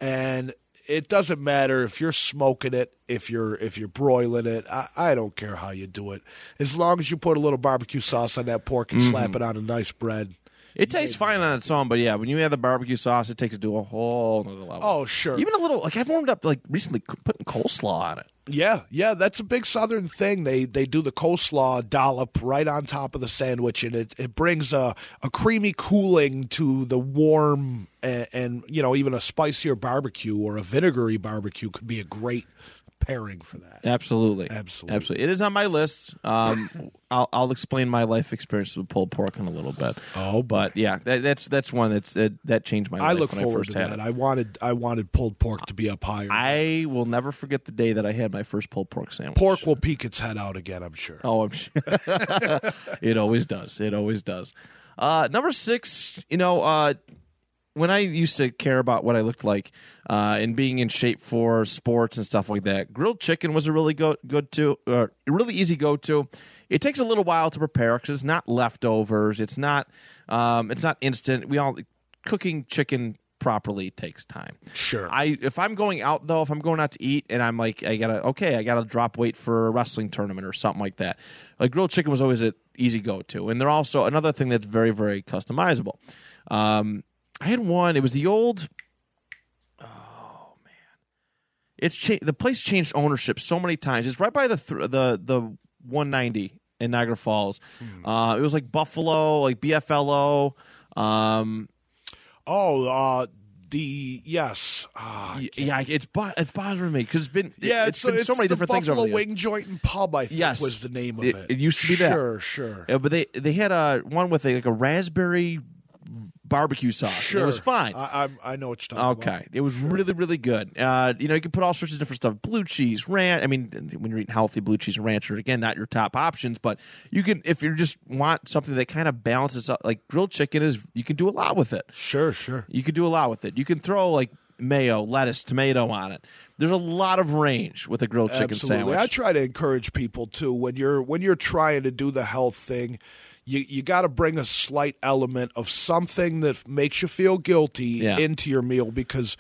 Speaker 2: and it doesn't matter if you're smoking it, if you're if you're broiling it. I, I don't care how you do it, as long as you put a little barbecue sauce on that pork and slap it on a nice bread.
Speaker 1: It tastes fine on its own, but yeah, when you add the barbecue sauce, it takes it to a whole nother level.
Speaker 2: Oh, sure.
Speaker 1: Even a little like I've warmed up like recently c- putting coleslaw on it.
Speaker 2: Yeah, yeah, that's a big Southern thing. They they do the coleslaw dollop right on top of the sandwich, and it, it brings a, a creamy cooling to the warm and, and you know even a spicier barbecue or a vinegary barbecue could be a great pairing for that.
Speaker 1: Absolutely,
Speaker 2: Absolutely.
Speaker 1: absolutely. It is on my list. Um, I'll, I'll explain my life experience with pulled pork in a little bit.
Speaker 2: Oh,
Speaker 1: but yeah, that, that's that's one that's that, that changed my
Speaker 2: I
Speaker 1: life.
Speaker 2: look
Speaker 1: when I
Speaker 2: forward
Speaker 1: first
Speaker 2: to
Speaker 1: had
Speaker 2: that.
Speaker 1: it.
Speaker 2: I wanted I wanted pulled pork to be up higher.
Speaker 1: I will never forget the day that I had my first pulled pork sandwich.
Speaker 2: pork will peek its head out again, I'm sure.
Speaker 1: Oh, I'm sure. it always does. It always does. Uh, number six, you know, uh, when I used to care about what I looked like uh, and being in shape for sports and stuff like that, grilled chicken was a really go- good to, uh, really easy go to. It takes a little while to prepare because it's not leftovers. It's not, um, it's not instant. We all cooking chicken properly takes time.
Speaker 2: Sure.
Speaker 1: I if I'm going out though, if I'm going out to eat and I'm like I gotta okay, I gotta drop weight for a wrestling tournament or something like that. Like grilled chicken was always an easy go to, and they're also another thing that's very very customizable. Um, I had one. It was the old. Oh man, it's cha- the place changed ownership so many times. It's right by the thr the the 190 in Niagara Falls. Uh, it was like Buffalo, like BFLO. Um,
Speaker 2: Oh, uh, the yes, Ah, I
Speaker 1: y-
Speaker 2: can't-
Speaker 1: yeah, it's bo- it's bothering me because it's been
Speaker 2: yeah.
Speaker 1: it's been so many
Speaker 2: the
Speaker 1: different
Speaker 2: Buffalo
Speaker 1: things over the years.
Speaker 2: Wing Joint and Pub. I think
Speaker 1: Yes.
Speaker 2: was the name of
Speaker 1: It-
Speaker 2: it.
Speaker 1: it used to be that.
Speaker 2: Sure, sure.
Speaker 1: Yeah, but they they had a one with a, like a raspberry barbecue sauce. and
Speaker 2: sure,
Speaker 1: it was fine.
Speaker 2: I, I, I know what you're talking about.
Speaker 1: Okay, it was really really good. Uh, you know, you can put all sorts of different stuff: blue cheese, ranch. I mean, when you're eating healthy, blue cheese and ranch are again not your top options, but you can if you just want something that kind of balances out. Like grilled chicken is, you can do a lot with it.
Speaker 2: Sure, sure.
Speaker 1: You can do a lot with it. You can throw like mayo, lettuce, tomato on it. There's a lot of range with a grilled chicken
Speaker 2: Absolutely. I
Speaker 1: sandwich.
Speaker 2: try to encourage people too when you're when you're trying to do the health thing, you you got to bring a slight element of something that makes you feel guilty
Speaker 1: Yeah.
Speaker 2: into your meal because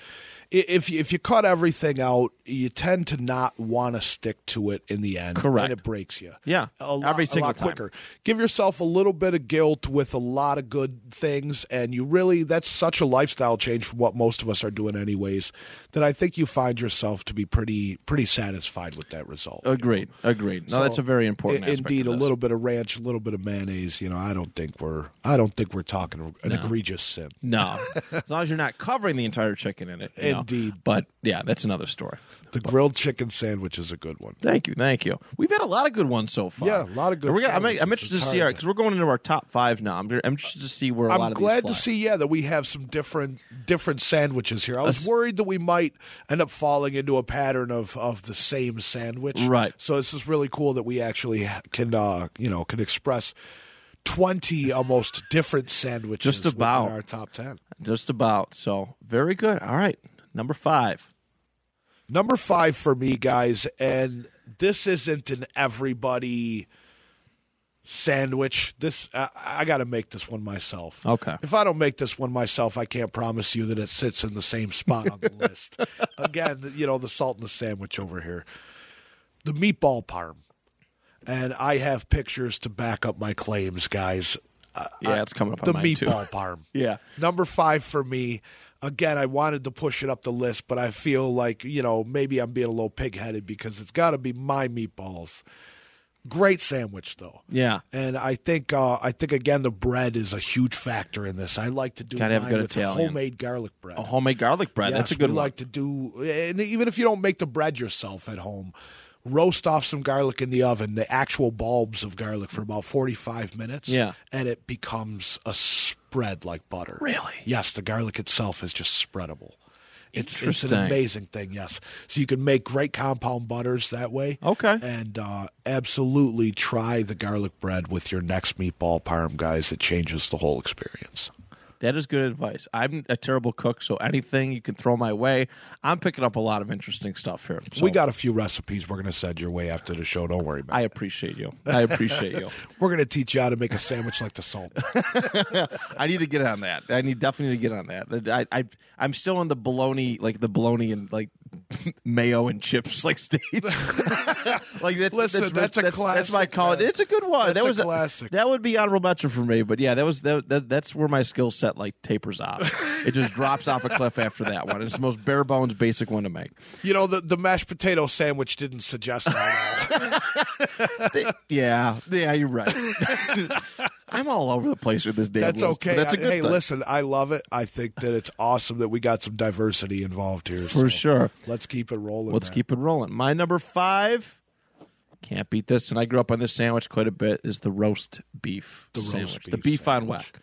Speaker 2: i- if you, if you cut everything out, you tend to not want to stick to it in the end,
Speaker 1: Correct.
Speaker 2: And it breaks you.
Speaker 1: Yeah,
Speaker 2: a lot,
Speaker 1: every
Speaker 2: a
Speaker 1: single
Speaker 2: lot
Speaker 1: time.
Speaker 2: quicker. Give yourself a little bit of guilt with a lot of good things, and you really that's such a lifestyle change from what most of us are doing anyways. That I think you find yourself to be pretty pretty satisfied with that result.
Speaker 1: agreed, agreed. No,
Speaker 2: So,
Speaker 1: that's a very important.
Speaker 2: I-
Speaker 1: aspect of
Speaker 2: indeed, a
Speaker 1: this.
Speaker 2: little bit of ranch, a little bit of mayonnaise. You know, I don't think we're I don't think we're talking an egregious sin.
Speaker 1: No, as long as you're not covering the entire chicken in it. you know.
Speaker 2: Indeed.
Speaker 1: But yeah, that's another story.
Speaker 2: The grilled chicken sandwich is a good one.
Speaker 1: Thank you, thank you. We've had a lot of good ones so far.
Speaker 2: Yeah, a lot of good
Speaker 1: And We're gonna, I'm, I'm
Speaker 2: sandwiches.
Speaker 1: interested to
Speaker 2: It's
Speaker 1: see
Speaker 2: hard
Speaker 1: our
Speaker 2: to-
Speaker 1: because we're going into our top five now. I'm, I'm interested to see where a lot
Speaker 2: I'm
Speaker 1: of
Speaker 2: glad to
Speaker 1: these fly.
Speaker 2: see, yeah, that we have some different different sandwiches here. I was worried that we might end up falling into a pattern of of the same sandwich.
Speaker 1: Right.
Speaker 2: So this is really cool that we actually ha- can uh you know can express twenty almost different sandwiches
Speaker 1: Just about.
Speaker 2: within our top ten.
Speaker 1: just about. So very good. All right, number five.
Speaker 2: Number five for me, guys, and this isn't an everybody sandwich. This I, I got to make this one myself.
Speaker 1: Okay.
Speaker 2: If I don't make this one myself, I can't promise you that it sits in the same spot on the list. Again, you know the salt in the sandwich over here, the meatball parm, and I have pictures to back up my claims, guys. Uh,
Speaker 1: Yeah, it's coming up on
Speaker 2: the
Speaker 1: mine, too.
Speaker 2: meatball parm.
Speaker 1: Yeah.
Speaker 2: Number five for me. Again, I wanted to push it up the list, but I feel like, you know, maybe I'm being a little pigheaded because it's got to be my meatballs. Great sandwich, though.
Speaker 1: Yeah.
Speaker 2: And I think, uh, I think again, the bread is a huge factor in this. I like to do
Speaker 1: Gotta have
Speaker 2: mine
Speaker 1: good
Speaker 2: with
Speaker 1: Italian.
Speaker 2: homemade garlic bread.
Speaker 1: A homemade garlic bread. that's a
Speaker 2: Yes,
Speaker 1: good
Speaker 2: we
Speaker 1: one.
Speaker 2: like to do, and even if you don't make the bread yourself at home, roast off some garlic in the oven, the actual bulbs of garlic for about 45 minutes.
Speaker 1: Yeah.
Speaker 2: And it becomes a spread like butter.
Speaker 1: Really?
Speaker 2: Yes, the garlic itself is just spreadable. It's, it's an
Speaker 1: Interesting.
Speaker 2: amazing thing, yes. So you can make great compound butters that way.
Speaker 1: Okay.
Speaker 2: And uh, absolutely try the garlic bread with your next meatball parm, guys. It changes the whole experience.
Speaker 1: That is good advice. I'm a terrible cook, so anything you can throw my way, I'm picking up a lot of interesting stuff here. So
Speaker 2: we got a few recipes we're going to send your way after the show. Don't worry about it.
Speaker 1: I appreciate you. I appreciate you.
Speaker 2: We're gonna teach you how to make a sandwich like the salt.
Speaker 1: I need to get on that. I need definitely to get on that. I, I I'm still in the bologna, like the bologna and like mayo and chips like stage. like that's
Speaker 2: Listen,
Speaker 1: that's,
Speaker 2: that's a
Speaker 1: that's, That's my
Speaker 2: classic,
Speaker 1: call.
Speaker 2: man.
Speaker 1: It's a good one.
Speaker 2: That's
Speaker 1: that
Speaker 2: a
Speaker 1: was
Speaker 2: classic.
Speaker 1: that would be honorable mention for me. But yeah, that was that, that that's where my skill set like tapers off. it just drops off a cliff after that one. It's the most bare bones basic one to make.
Speaker 2: you know, the, the mashed potato sandwich didn't suggest that at all.
Speaker 1: Yeah, yeah, you're right. I'm all over the place with this damn
Speaker 2: That's
Speaker 1: list, but
Speaker 2: okay.
Speaker 1: That's a
Speaker 2: I-
Speaker 1: good
Speaker 2: hey,
Speaker 1: thing.
Speaker 2: listen, I love it. I think that it's awesome that we got some diversity involved here.
Speaker 1: for sure.
Speaker 2: Let's keep it rolling.
Speaker 1: Let's
Speaker 2: man.
Speaker 1: keep it rolling. My number five, can't beat this, and I grew up on this sandwich quite a bit, is the roast beef
Speaker 2: roast
Speaker 1: sandwich. the
Speaker 2: beef
Speaker 1: beef on
Speaker 2: sandwich.
Speaker 1: whack.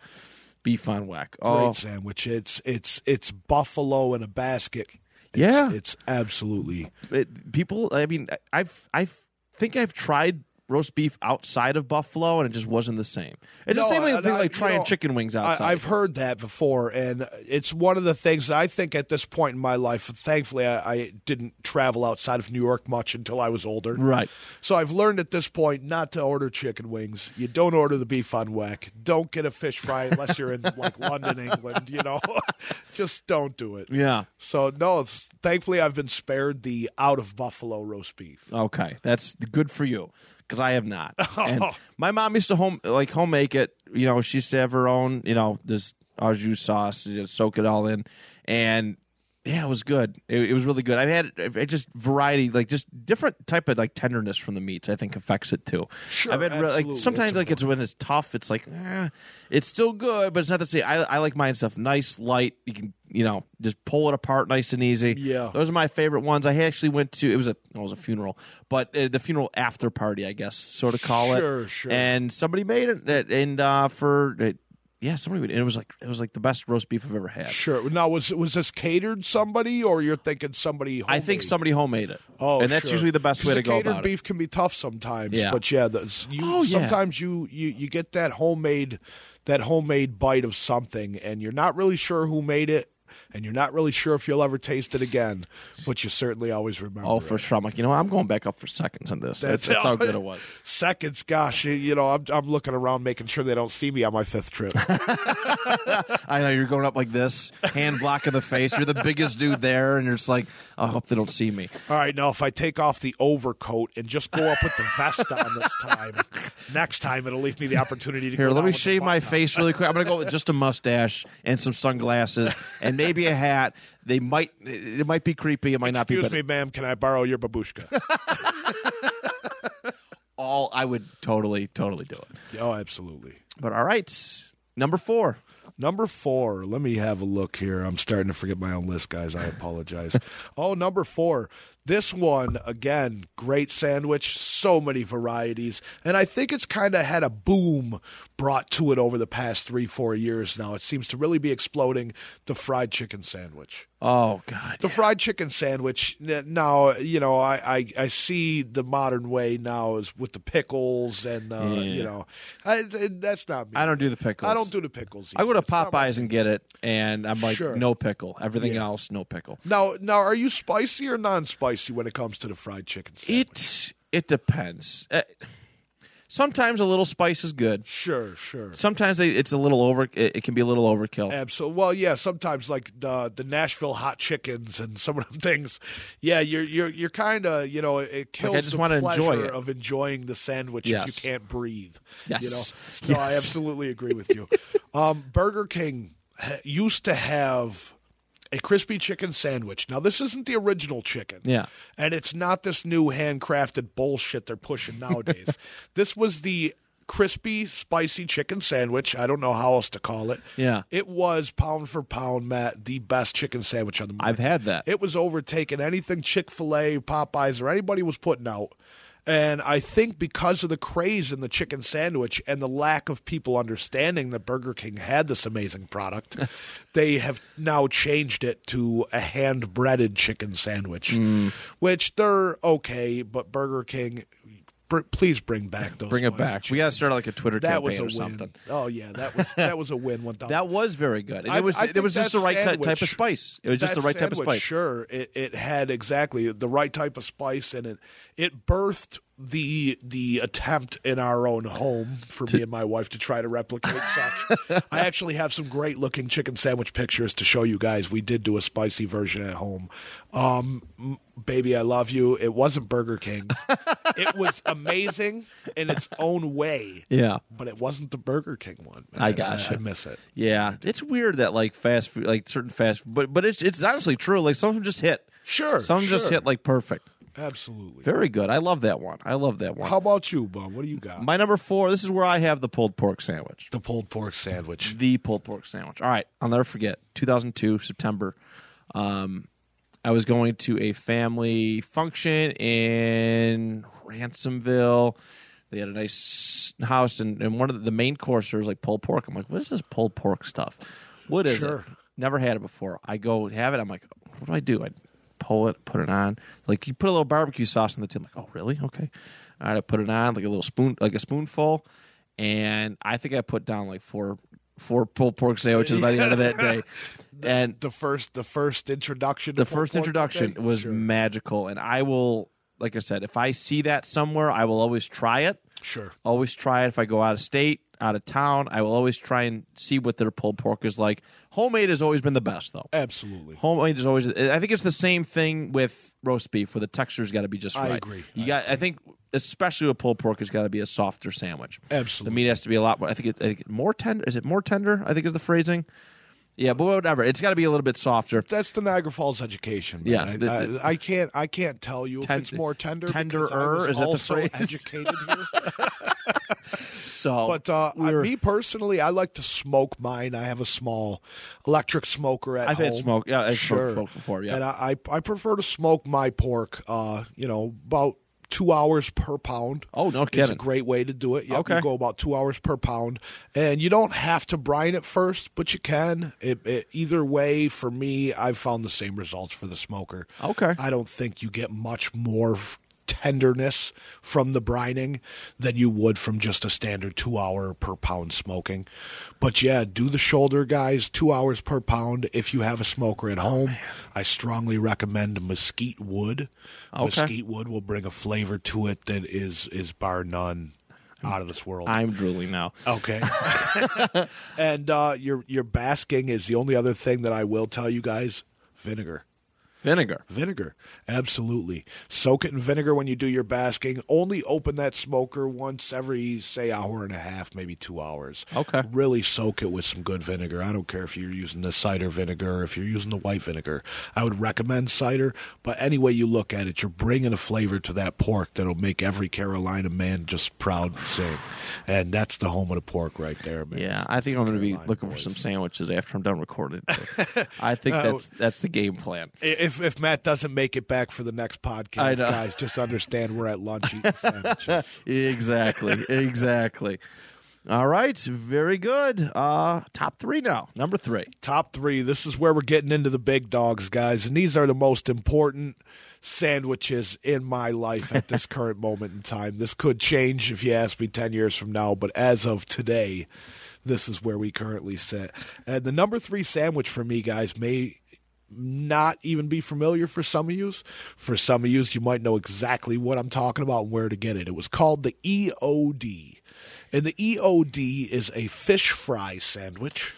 Speaker 1: Beef on whack.
Speaker 2: Great
Speaker 1: Oh,
Speaker 2: sandwich. It's it's it's buffalo in a basket. It's,
Speaker 1: Yeah.
Speaker 2: it's absolutely
Speaker 1: it- people, I mean, I- I've, I think I've tried roast beef outside of Buffalo, and it just wasn't the same. It's the
Speaker 2: No,
Speaker 1: same
Speaker 2: I-
Speaker 1: thing,
Speaker 2: I-
Speaker 1: like
Speaker 2: you
Speaker 1: trying
Speaker 2: know,
Speaker 1: chicken wings outside.
Speaker 2: I, I've heard that before, and it's one of the things that I think at this point in my life. Thankfully, I, I didn't travel outside of New York much until I was older.
Speaker 1: Right.
Speaker 2: So I've learned at this point not to order chicken wings. You don't order the beef on whack. Don't get a fish fry unless you're in like London, England. You know, just don't do it.
Speaker 1: Yeah.
Speaker 2: So no, it's, thankfully I've been spared the out of Buffalo roast beef.
Speaker 1: Okay, that's good for you because I have not. And my mom used to home like home make it. You know, she used to have her own. You know, this au jus sauce, you know, soak it all in, and yeah, it was good. It, it was really good. I've had I just variety, like just different type of like tenderness from the meats. I think affects it too.
Speaker 2: Sure,
Speaker 1: I've had re- like
Speaker 2: absolutely. It's
Speaker 1: sometimes like it's when it's tough, it's like eh, it's still good, but it's not the same. I I like mine stuff nice, light. You can you know just pull it apart nice and easy.
Speaker 2: Yeah.
Speaker 1: those are my favorite ones. I actually went to it was a it was a funeral, but uh, the funeral after party, I guess, sort of call it.
Speaker 2: Sure, sure.
Speaker 1: And somebody made it, that- and uh, for. It, yeah, somebody would, and it was like it was like the best roast beef I've ever had.
Speaker 2: Sure. Now was was this catered somebody, or you're thinking somebody?
Speaker 1: I think
Speaker 2: homemade?
Speaker 1: somebody homemade it.
Speaker 2: Oh,
Speaker 1: and that's
Speaker 2: sure.
Speaker 1: usually the best
Speaker 2: 'Cause
Speaker 1: way to
Speaker 2: the
Speaker 1: go
Speaker 2: catered
Speaker 1: about
Speaker 2: beef can be tough sometimes,
Speaker 1: Yeah.
Speaker 2: but yeah, the, you,
Speaker 1: Oh, yeah.
Speaker 2: sometimes you, you you get that homemade that homemade bite of something, and you're not really sure who made it, and you're not really sure if you'll ever taste it again, but you certainly always remember.
Speaker 1: it. Oh,
Speaker 2: it.
Speaker 1: for sure. I'm like, you know, what? I'm going back up for seconds on this. That's,
Speaker 2: That's-
Speaker 1: that's how good it was.
Speaker 2: seconds. Gosh, you- you know, I'm I'm looking around making sure they don't see me on my fifth trip.
Speaker 1: I know you're going up like this, hand block in the face. You're the biggest dude there, and you're just like, I hope they don't see me.
Speaker 2: All right, now if I take off the overcoat and just go up with the vest on this time, next time it'll leave me the opportunity to
Speaker 1: Here,
Speaker 2: go
Speaker 1: let
Speaker 2: down
Speaker 1: me
Speaker 2: with the
Speaker 1: shave
Speaker 2: button
Speaker 1: my
Speaker 2: up.
Speaker 1: face really quick. I'm gonna go with just a mustache and some sunglasses and maybe a hat. They might, it might be creepy. It might not be.
Speaker 2: Excuse
Speaker 1: But
Speaker 2: me, ma'am. Can I borrow your babushka?
Speaker 1: all I would totally, totally do it.
Speaker 2: Oh, absolutely.
Speaker 1: But all right, number four.
Speaker 2: Number four. Let me have a look here. I'm starting to forget my own list, guys. I apologize. oh, number four. This one, again, great sandwich, so many varieties. And I think it's kind of had a boom brought to it over the past three, four years now. It seems to really be exploding the fried chicken sandwich.
Speaker 1: Oh God,
Speaker 2: The fried chicken sandwich. n- Now you know I, I, I see the modern way now is with the pickles and uh, you know I, that's not me.
Speaker 1: Mm. I don't do the pickles.
Speaker 2: I don't do the pickles.
Speaker 1: I go to
Speaker 2: either. It's not my-
Speaker 1: Popeyes and get it, and I'm like,
Speaker 2: Sure.
Speaker 1: no pickle. Everything else, no pickle.
Speaker 2: Now, now, are you spicy or non-spicy when it comes to the fried chicken sandwich?
Speaker 1: It it depends. Uh, sometimes a little spice is good.
Speaker 2: sure, sure,
Speaker 1: Sometimes they, it's a little over. It, it can be a little overkill.
Speaker 2: absolutely. Well, yeah, sometimes like the the Nashville hot chickens and some of them things. Yeah, you're you're you're kind of you know it kills
Speaker 1: I just
Speaker 2: the
Speaker 1: wanna
Speaker 2: pleasure
Speaker 1: enjoy it.
Speaker 2: of enjoying the sandwich if you
Speaker 1: Yes.
Speaker 2: can't breathe. You know,
Speaker 1: Yes.
Speaker 2: no, I
Speaker 1: Yes.
Speaker 2: absolutely agree with you. um, Burger King ha- used to have a crispy chicken sandwich. Now, this isn't the original chicken.
Speaker 1: Yeah.
Speaker 2: And it's not this new handcrafted bullshit they're pushing nowadays. this was the crispy, spicy chicken sandwich. I don't know how else to call it.
Speaker 1: Yeah.
Speaker 2: It was pound for pound, Matt, the best chicken sandwich on the market.
Speaker 1: I've had that.
Speaker 2: It was overtaking anything Chick fil A, Popeyes, or anybody was putting out. And I think because of the craze in the chicken sandwich and the lack of people understanding that Burger King had this amazing product, they have now changed it to a hand breaded chicken sandwich,
Speaker 1: Mm.
Speaker 2: which they're okay, but Burger King, br- please bring back those.
Speaker 1: Bring it
Speaker 2: spicy
Speaker 1: back.
Speaker 2: chick-
Speaker 1: We got to start like a Twitter campaign
Speaker 2: That was a
Speaker 1: or
Speaker 2: win.
Speaker 1: something.
Speaker 2: Oh, yeah. That was, that was a win. 1000.
Speaker 1: That was very good. And
Speaker 2: I-
Speaker 1: it was
Speaker 2: I
Speaker 1: there
Speaker 2: think
Speaker 1: was just
Speaker 2: that
Speaker 1: the right ty- type of
Speaker 2: sandwich-
Speaker 1: spice. It was just
Speaker 2: that
Speaker 1: the right type of
Speaker 2: sandwich,
Speaker 1: spice.
Speaker 2: Sure, it, it had exactly the right type of spice, and it it birthed the the attempt in our own home for me and my wife to try to replicate such. I actually have some great looking chicken sandwich pictures to show you guys. We did do a spicy version at home. Um, m- baby, I love you. It wasn't Burger King's. it was amazing in its own way.
Speaker 1: Yeah.
Speaker 2: But it wasn't the Burger King one.
Speaker 1: I
Speaker 2: And
Speaker 1: gotcha.
Speaker 2: I miss it.
Speaker 1: Yeah, it's weird that like fast food, like certain fast, but but it's it's honestly true. Like some of them just hit,
Speaker 2: Sure.
Speaker 1: some of them just
Speaker 2: sure.
Speaker 1: hit like perfect.
Speaker 2: Absolutely.
Speaker 1: Very good. I love that one. I love that one.
Speaker 2: How about you, Bob? What do you got?
Speaker 1: My number four. This is where I have the pulled pork sandwich.
Speaker 2: the pulled pork sandwich.
Speaker 1: The pulled pork sandwich. All right, I'll never forget. 2002 September. Um, I was going to a family function in Ransomville. They had a nice house, and, and one of the, the main courses was like pulled pork. I'm like, what is this pulled pork stuff? What is
Speaker 2: Sure.
Speaker 1: it? Never had it before. I go have it. I'm like, what do I do? I pull it, put it on. Like you put a little barbecue sauce on the tip. I'm like, oh really? Okay. All right. I put it on like a little spoon, like a spoonful, and I think I put down like four four pulled pork sandwiches by the end of that day. and
Speaker 2: The first, the first introduction. to
Speaker 1: the
Speaker 2: pulled
Speaker 1: first
Speaker 2: pork, I
Speaker 1: introduction
Speaker 2: think?
Speaker 1: was
Speaker 2: sure.
Speaker 1: magical, and I will, like I said, if I see that somewhere, I will always try it.
Speaker 2: sure.
Speaker 1: Always try it if I go out of state, out of town. I will always try and see what their pulled pork is like. Homemade has always been the best, though.
Speaker 2: Absolutely.
Speaker 1: Homemade is always. I think it's the same thing with roast beef, where the texture's got to be just
Speaker 2: I
Speaker 1: right.
Speaker 2: agree.
Speaker 1: You got. I think especially with pulled pork, it's got to be a softer sandwich. The
Speaker 2: Absolutely.
Speaker 1: meat has to be a lot more. I think it, I think more tender. Is it more tender? I think is the phrasing. Yeah, but whatever. It's got to be a little bit softer.
Speaker 2: That's the Niagara Falls education. Man.
Speaker 1: Yeah,
Speaker 2: I-
Speaker 1: the-
Speaker 2: I,
Speaker 1: the-
Speaker 2: I can't. I can't tell you
Speaker 1: Ten-
Speaker 2: if it's more tender. because I
Speaker 1: tenderer,
Speaker 2: was
Speaker 1: is that the
Speaker 2: also
Speaker 1: phrase?
Speaker 2: Educated here,
Speaker 1: So,
Speaker 2: but uh, I-
Speaker 1: we were-
Speaker 2: me personally, I like to smoke mine. I have a small electric smoker at
Speaker 1: I've
Speaker 2: home.
Speaker 1: had smoke. Yeah, I've
Speaker 2: sure.
Speaker 1: smoked smoke before. Yeah,
Speaker 2: And I, I I prefer to smoke my pork. Uh, you know, about two hours per pound.
Speaker 1: Oh, no
Speaker 2: It's a
Speaker 1: kidding.
Speaker 2: great way to do it. Yep,
Speaker 1: Okay.
Speaker 2: you go about two hours per pound, and you don't have to brine it first, but you can. It, it, either way, for me, I've found the same results for the smoker.
Speaker 1: Okay.
Speaker 2: I don't think you get much more. f- Tenderness from the brining than you would from just a standard two hour per pound smoking. But yeah, do the shoulder, guys, two hours per pound if you have a smoker at home. I strongly recommend mesquite wood.
Speaker 1: Okay.
Speaker 2: Mesquite wood will bring a flavor to it that is is bar none out of this world.
Speaker 1: I'm drooling now.
Speaker 2: okay. and uh, your your basking is the only other thing that I will tell you guys: vinegar.
Speaker 1: Vinegar.
Speaker 2: Vinegar, absolutely. Soak it in vinegar when you do your basking. Only open that smoker once every, say, hour and a half, maybe two hours.
Speaker 1: Okay.
Speaker 2: Really soak it with some good vinegar. I don't care if you're using the cider vinegar or if you're using the white vinegar. I would recommend cider, but any way you look at it, you're bringing a flavor to that pork that'll make every Carolina man just proud to sing. And that's the home of the pork right there, man.
Speaker 1: Yeah,
Speaker 2: It's-
Speaker 1: I
Speaker 2: it's
Speaker 1: think
Speaker 2: the
Speaker 1: I'm going to be
Speaker 2: Carolina
Speaker 1: looking for
Speaker 2: boys.
Speaker 1: some sandwiches after I'm done recording. I think that's that's the game plan.
Speaker 2: If if Matt doesn't make it back for the next
Speaker 1: I
Speaker 2: podcast,
Speaker 1: know.
Speaker 2: guys, just understand we're at lunch eating sandwiches.
Speaker 1: Exactly. exactly. All right. Very good. Uh Top three now. Number three.
Speaker 2: Top three. This is where we're getting into the big dogs, guys, and these are the most important sandwiches in my life at this current moment in time. This could change if you ask me ten years from now, but as of today, this is where we currently sit. And the number three sandwich for me, guys, may not even be familiar for some of yous. For some of yous, you might know exactly what I'm talking about and where to get it. It was called the E EOD. And the EOD is a fish fry sandwich.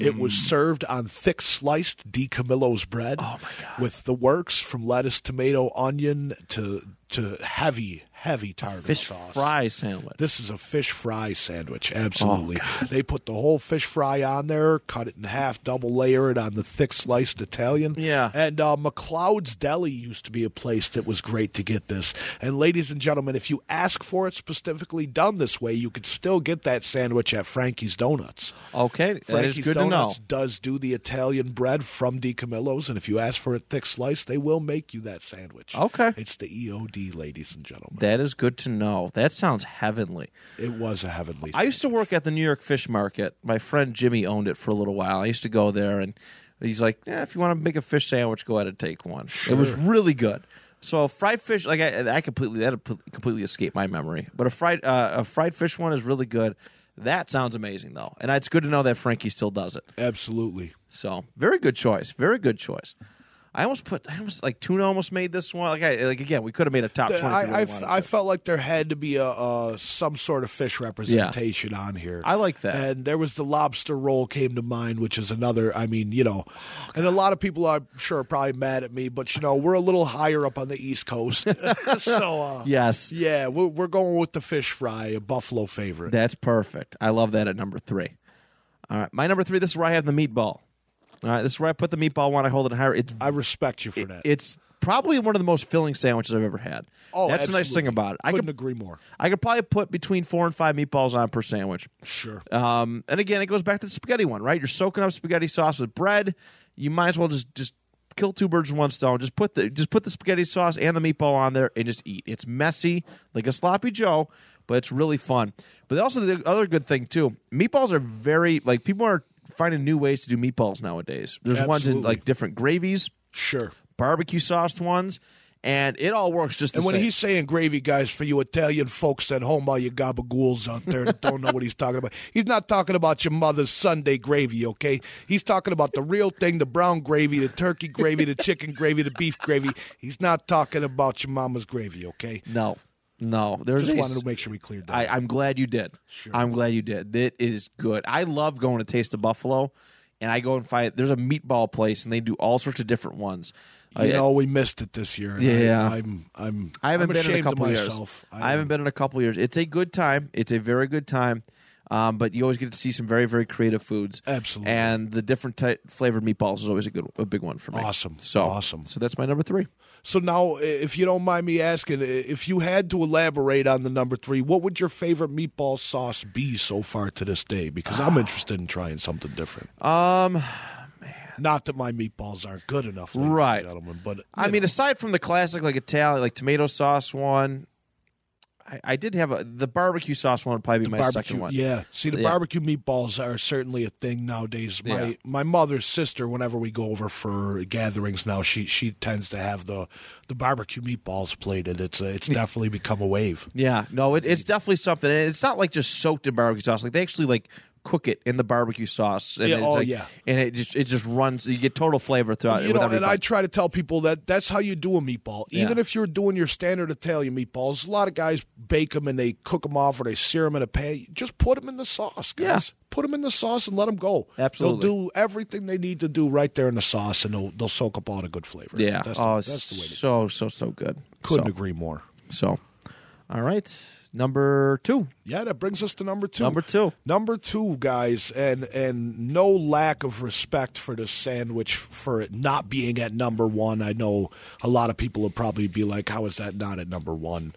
Speaker 2: It was
Speaker 1: Mm.
Speaker 2: served on thick sliced DiCamillo's bread
Speaker 1: Oh
Speaker 2: with the works from lettuce, tomato, onion to to heavy, heavy tartar
Speaker 1: Fish
Speaker 2: sauce.
Speaker 1: fry sandwich.
Speaker 2: This is a fish fry sandwich.
Speaker 1: Oh,
Speaker 2: Absolutely. they put the whole fish fry on there, cut it in half, double layer it on the thick sliced Italian.
Speaker 1: Yeah.
Speaker 2: And uh, McLeod's Deli used to be a place that was great to get this. And ladies and gentlemen, if you ask for it specifically done this way, you could still get that sandwich at Frankie's Donuts.
Speaker 1: Okay. that is
Speaker 2: Frankie's
Speaker 1: good to know.
Speaker 2: Donuts does do the Italian bread from DiCamillo's, and if you ask for a thick slice, they will make you that sandwich.
Speaker 1: Okay.
Speaker 2: It's the EOD, ladies and gentlemen.
Speaker 1: That is good to know. That sounds heavenly.
Speaker 2: It was a heavenly
Speaker 1: I used to work at the New York Fish Market. My friend Jimmy owned it for a little while. I used to go there, and he's like, "Yeah, if you want to make a fish sandwich, go ahead and take one." It was really good. So fried fish, like I, I completely that completely escaped my memory. But a fried uh, a fried fish one is really good. That sounds amazing though, and it's good to know that Frankie still does it.
Speaker 2: Absolutely.
Speaker 1: So very good choice, very good choice. I almost put, I almost like tuna almost made this one. Like I like again, we could have made a top twenty. if we
Speaker 2: I,
Speaker 1: really
Speaker 2: I,
Speaker 1: wanted
Speaker 2: I
Speaker 1: to.
Speaker 2: felt like there had to be a uh, some sort of fish representation on here.
Speaker 1: I like that.
Speaker 2: And there was the lobster roll came to mind, which is another. I mean, you know, and a lot of people I'm sure are probably mad at me, but you know, we're a little higher up on the East Coast, so uh,
Speaker 1: yes,
Speaker 2: yeah, we're, we're going with the fish fry, a Buffalo favorite.
Speaker 1: That's perfect. I love that at number three. All right, my number three. This is where I have the meatball. All right, this is where I put the meatball when I hold it higher. It's
Speaker 2: I respect you for that.
Speaker 1: it's probably one of the most filling sandwiches I've ever had.
Speaker 2: oh,
Speaker 1: that's the nice
Speaker 2: absolutely.
Speaker 1: thing about it. I
Speaker 2: couldn't
Speaker 1: could
Speaker 2: agree more.
Speaker 1: I could probably put between four and five meatballs on per sandwich.
Speaker 2: Sure.
Speaker 1: Um, and again, it goes back to the spaghetti one, right? You're soaking up spaghetti sauce with bread. You might as well just just kill two birds with one stone. Just put the just put the spaghetti sauce and the meatball on there and just eat. It's messy like a sloppy Joe, but it's really fun. But also the other good thing too, meatballs are very like people are finding new ways to do meatballs nowadays. There's ones in
Speaker 2: Absolutely.
Speaker 1: like different gravies,
Speaker 2: Sure.
Speaker 1: barbecue sauced ones, and it all works just.
Speaker 2: And
Speaker 1: the
Speaker 2: when
Speaker 1: same.
Speaker 2: he's saying gravy, guys, for you Italian folks at home, all you gabagools out there that don't know what he's talking about, he's not talking about your mother's Sunday gravy, okay? He's talking about the real thing the brown gravy, the turkey gravy, the chicken gravy, the beef gravy. He's not talking about your mama's gravy, okay?
Speaker 1: no, no, there's
Speaker 2: Just
Speaker 1: a-
Speaker 2: wanted to make sure we cleared that.
Speaker 1: I, I'm glad you did. I'm glad you did. It is good. I love going to Taste of Buffalo, and I go and find. There's a meatball place, and they do all sorts of different ones.
Speaker 2: you know, we missed it this year. and
Speaker 1: Yeah.
Speaker 2: I, am I'm,
Speaker 1: I haven't
Speaker 2: am
Speaker 1: been in a couple
Speaker 2: of
Speaker 1: years.
Speaker 2: myself.
Speaker 1: I haven't been in a couple years. It's a good time. It's a very good time. Um, but you always get to see some very, very creative foods.
Speaker 2: Absolutely.
Speaker 1: And the different type, flavored meatballs is always a good, a big one for me.
Speaker 2: Awesome.
Speaker 1: So
Speaker 2: Awesome.
Speaker 1: So that's my number three.
Speaker 2: So now, i- if you don't mind me asking, i- if you had to elaborate on the number three, what would your favorite meatball sauce be so far to this day? Because
Speaker 1: Ah.
Speaker 2: I'm interested in trying something different.
Speaker 1: Um,
Speaker 2: Not that my meatballs aren't good enough, ladies
Speaker 1: Right.
Speaker 2: and gentlemen, but
Speaker 1: I mean, aside from the classic like Italian, like tomato sauce one, I, I did have a the barbecue sauce one would probably be my
Speaker 2: barbecue.
Speaker 1: second one.
Speaker 2: Yeah. See, the
Speaker 1: Yeah.
Speaker 2: barbecue meatballs are certainly a thing nowadays. My
Speaker 1: Yeah.
Speaker 2: my mother's sister, whenever we go over for gatherings now, she she tends to have the the barbecue meatballs plated. It's a, it's definitely become a wave.
Speaker 1: Yeah, no, it, it's definitely something. And It's not like just soaked in barbecue sauce. Like they actually like cook it in the barbecue sauce. And
Speaker 2: Yeah,
Speaker 1: it's
Speaker 2: oh,
Speaker 1: like-
Speaker 2: yeah.
Speaker 1: and it just it just runs. You get total flavor throughout.
Speaker 2: you
Speaker 1: with
Speaker 2: know,
Speaker 1: every
Speaker 2: and I
Speaker 1: bite.
Speaker 2: try to tell people that that's how you do a meatball. Even
Speaker 1: Yeah.
Speaker 2: if you're doing your standard Italian meatballs, a lot of guys bake them and they cook them off or they sear them in a pan. Just put them in the sauce, guys.
Speaker 1: Yeah.
Speaker 2: Put them in the sauce and let them go.
Speaker 1: Absolutely.
Speaker 2: they'll do everything they need to do right there in the sauce, and they'll they'll soak up all the good flavor.
Speaker 1: yeah.
Speaker 2: that's,
Speaker 1: oh,
Speaker 2: the, that's the way. To,
Speaker 1: so so so good.
Speaker 2: couldn't
Speaker 1: so,
Speaker 2: agree more.
Speaker 1: so, all right, number two.
Speaker 2: Yeah, that brings us to number two.
Speaker 1: Number two.
Speaker 2: Number two, guys, and and no lack of respect for the sandwich for it not being at number one. I know a lot of people would probably be like, "How is that not at number one?"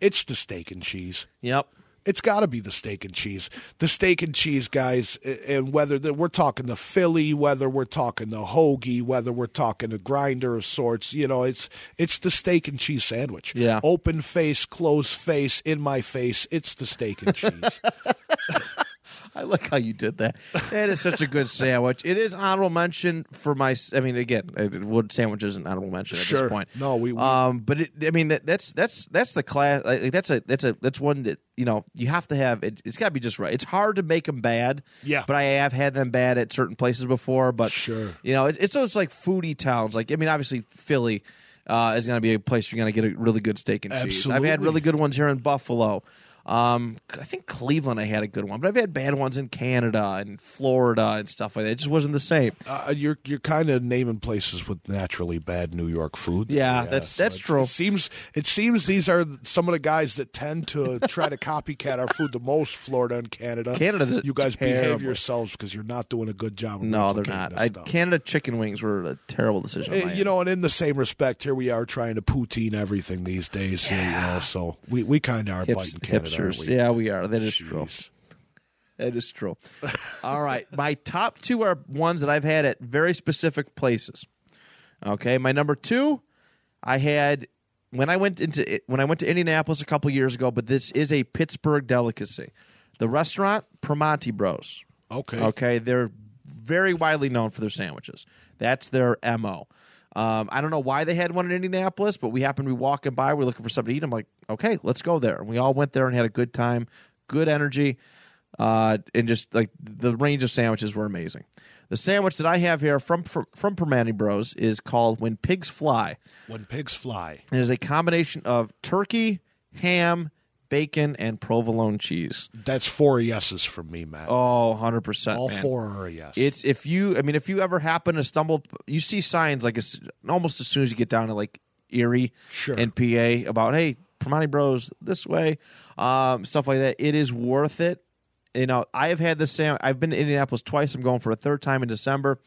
Speaker 2: It's the steak and cheese.
Speaker 1: Yep.
Speaker 2: It's got to be the steak and cheese. The steak and cheese, guys, a- and whether the, we're talking the Philly, whether we're talking the hoagie, whether we're talking a grinder of sorts, you know, it's it's the steak and cheese sandwich.
Speaker 1: Yeah.
Speaker 2: Open face, closed face, in my face. It's the steak and cheese.
Speaker 1: I like how you did that. That is such a good sandwich. It is honorable mention for my. I mean, again, it- wood sandwich is an honorable mention at
Speaker 2: Sure.
Speaker 1: this point.
Speaker 2: No, we- we-
Speaker 1: um, but it, I mean, that, that's that's that's the class. Like, that's a that's a that's one that you know you have to have. It, it's got to be just right. It's hard to make them bad.
Speaker 2: Yeah.
Speaker 1: But I have had them bad at certain places before. But
Speaker 2: Sure.
Speaker 1: you know, it, it's those like foodie towns. Like I mean, obviously Philly. Uh, is going to be a place you're going to get a really good steak and cheese. I've had
Speaker 2: Absolutely.
Speaker 1: really good ones here in Buffalo. Um, I think Cleveland, I had a good one, but I've had bad ones in Canada and Florida and stuff like that. It just wasn't the same.
Speaker 2: uh, you're you're kind of naming places with naturally bad New York food.
Speaker 1: Yeah, that's- that's
Speaker 2: it's-
Speaker 1: true.
Speaker 2: It seems it seems these are some of the guys that tend to try to copycat our food the most. Florida and Canada.
Speaker 1: Canada's
Speaker 2: you guys behave
Speaker 1: terrible.
Speaker 2: yourselves because you're not doing a good job. Of
Speaker 1: No, they're
Speaker 2: replicating
Speaker 1: not.
Speaker 2: this
Speaker 1: I,
Speaker 2: stuff.
Speaker 1: Canada chicken wings were a terrible decision. on
Speaker 2: Eh,
Speaker 1: my
Speaker 2: you
Speaker 1: end.
Speaker 2: know, and in the same respect, here we are trying to poutine everything these days. eh, You know, so we, we kind of are
Speaker 1: Hips,
Speaker 2: biting Canada. aren't
Speaker 1: hipsters.
Speaker 2: we?
Speaker 1: Yeah, we are. That is true.
Speaker 2: Jeez.
Speaker 1: That is true. All right. My top two are ones that I've had at very specific places. Okay. My number two, I had when I went into when I went to Indianapolis a couple years ago, but this is a Pittsburgh delicacy. The restaurant, Primanti Bros.
Speaker 2: Okay.
Speaker 1: Okay, they're very widely known for their sandwiches. That's their mo. Um, I don't know why they had one in Indianapolis, but we happened to be walking by. We're looking for something to eat. I'm like, okay, let's go there. And we all went there and had a good time, good energy, uh, and just like the range of sandwiches were amazing. The sandwich that I have here from from, from Permani Bros is called "When Pigs Fly."
Speaker 2: When pigs fly.
Speaker 1: It is a combination of turkey, ham, bacon, and provolone cheese.
Speaker 2: That's four yeses from me, Matt.
Speaker 1: Oh, 100 percent.
Speaker 2: All four are a yes.
Speaker 1: It's if you, I mean, if you ever happen to stumble, you see signs like as, almost as soon as you get down to like Erie
Speaker 2: Sure.
Speaker 1: and PA about, hey, Permani Bros this way, um, stuff like that. It is worth it. You know, I have had the same. I've been to Indianapolis twice. I'm going for a third time in December,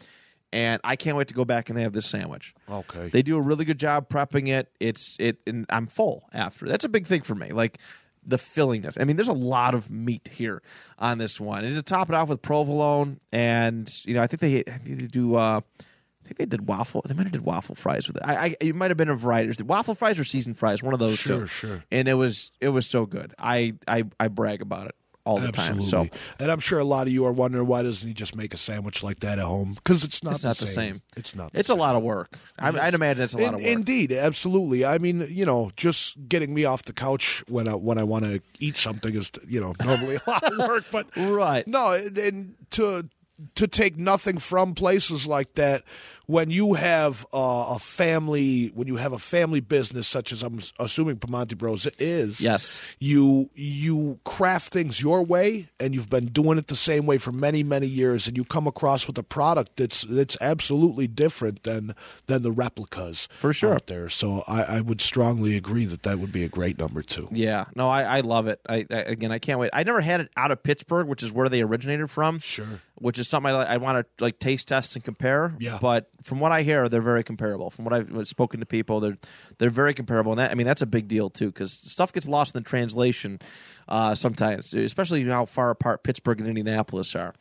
Speaker 1: and I can't wait to go back and have this sandwich.
Speaker 2: okay.
Speaker 1: They do a really good job prepping it. It's it, and I'm full after. That's a big thing for me. Like the fillingness. I mean, there's a lot of meat here on this one, and to top it off with provolone, and you know, I think they, I think they do. Uh, I think they did waffle. They might have did waffle fries with it. I, I it might have been a variety. Is it Waffle fries or seasoned fries, one of those
Speaker 2: Sure,
Speaker 1: two.
Speaker 2: sure.
Speaker 1: And it was it was so good. I I, I brag about it all the
Speaker 2: Absolutely.
Speaker 1: time. So
Speaker 2: and I'm sure a lot of you are wondering why doesn't he just make a sandwich like that at home? Because it's not,
Speaker 1: It's
Speaker 2: the,
Speaker 1: not the
Speaker 2: same.
Speaker 1: same.
Speaker 2: It's not. The
Speaker 1: it's a lot of work. I, I'd imagine it's a lot
Speaker 2: In-
Speaker 1: of work.
Speaker 2: Indeed, absolutely. I mean, you know, just getting me off the couch when I when I want to eat something is, you know, normally a lot of work. But
Speaker 1: Right.
Speaker 2: no, and to to take nothing from places like that when you have uh, a family when you have a family business such as I'm assuming Pamonte Bros is
Speaker 1: Yes.
Speaker 2: you you craft things your way and you've been doing it the same way for many many years and you come across with a product that's that's absolutely different than than the replicas
Speaker 1: For sure.
Speaker 2: out there so I, I would strongly agree that that would be a great number two
Speaker 1: Yeah. No, I, I love it. I, I again, I can't wait. I never had it out of Pittsburgh, which is where they originated from.
Speaker 2: Sure.
Speaker 1: Which is something I, I want to like taste test and compare.
Speaker 2: Yeah.
Speaker 1: But from what I hear, they're very comparable. From what I've spoken to people, they're they're very comparable, and that I mean that's a big deal too because stuff gets lost in the translation uh, sometimes, especially how far apart Pittsburgh and Indianapolis are.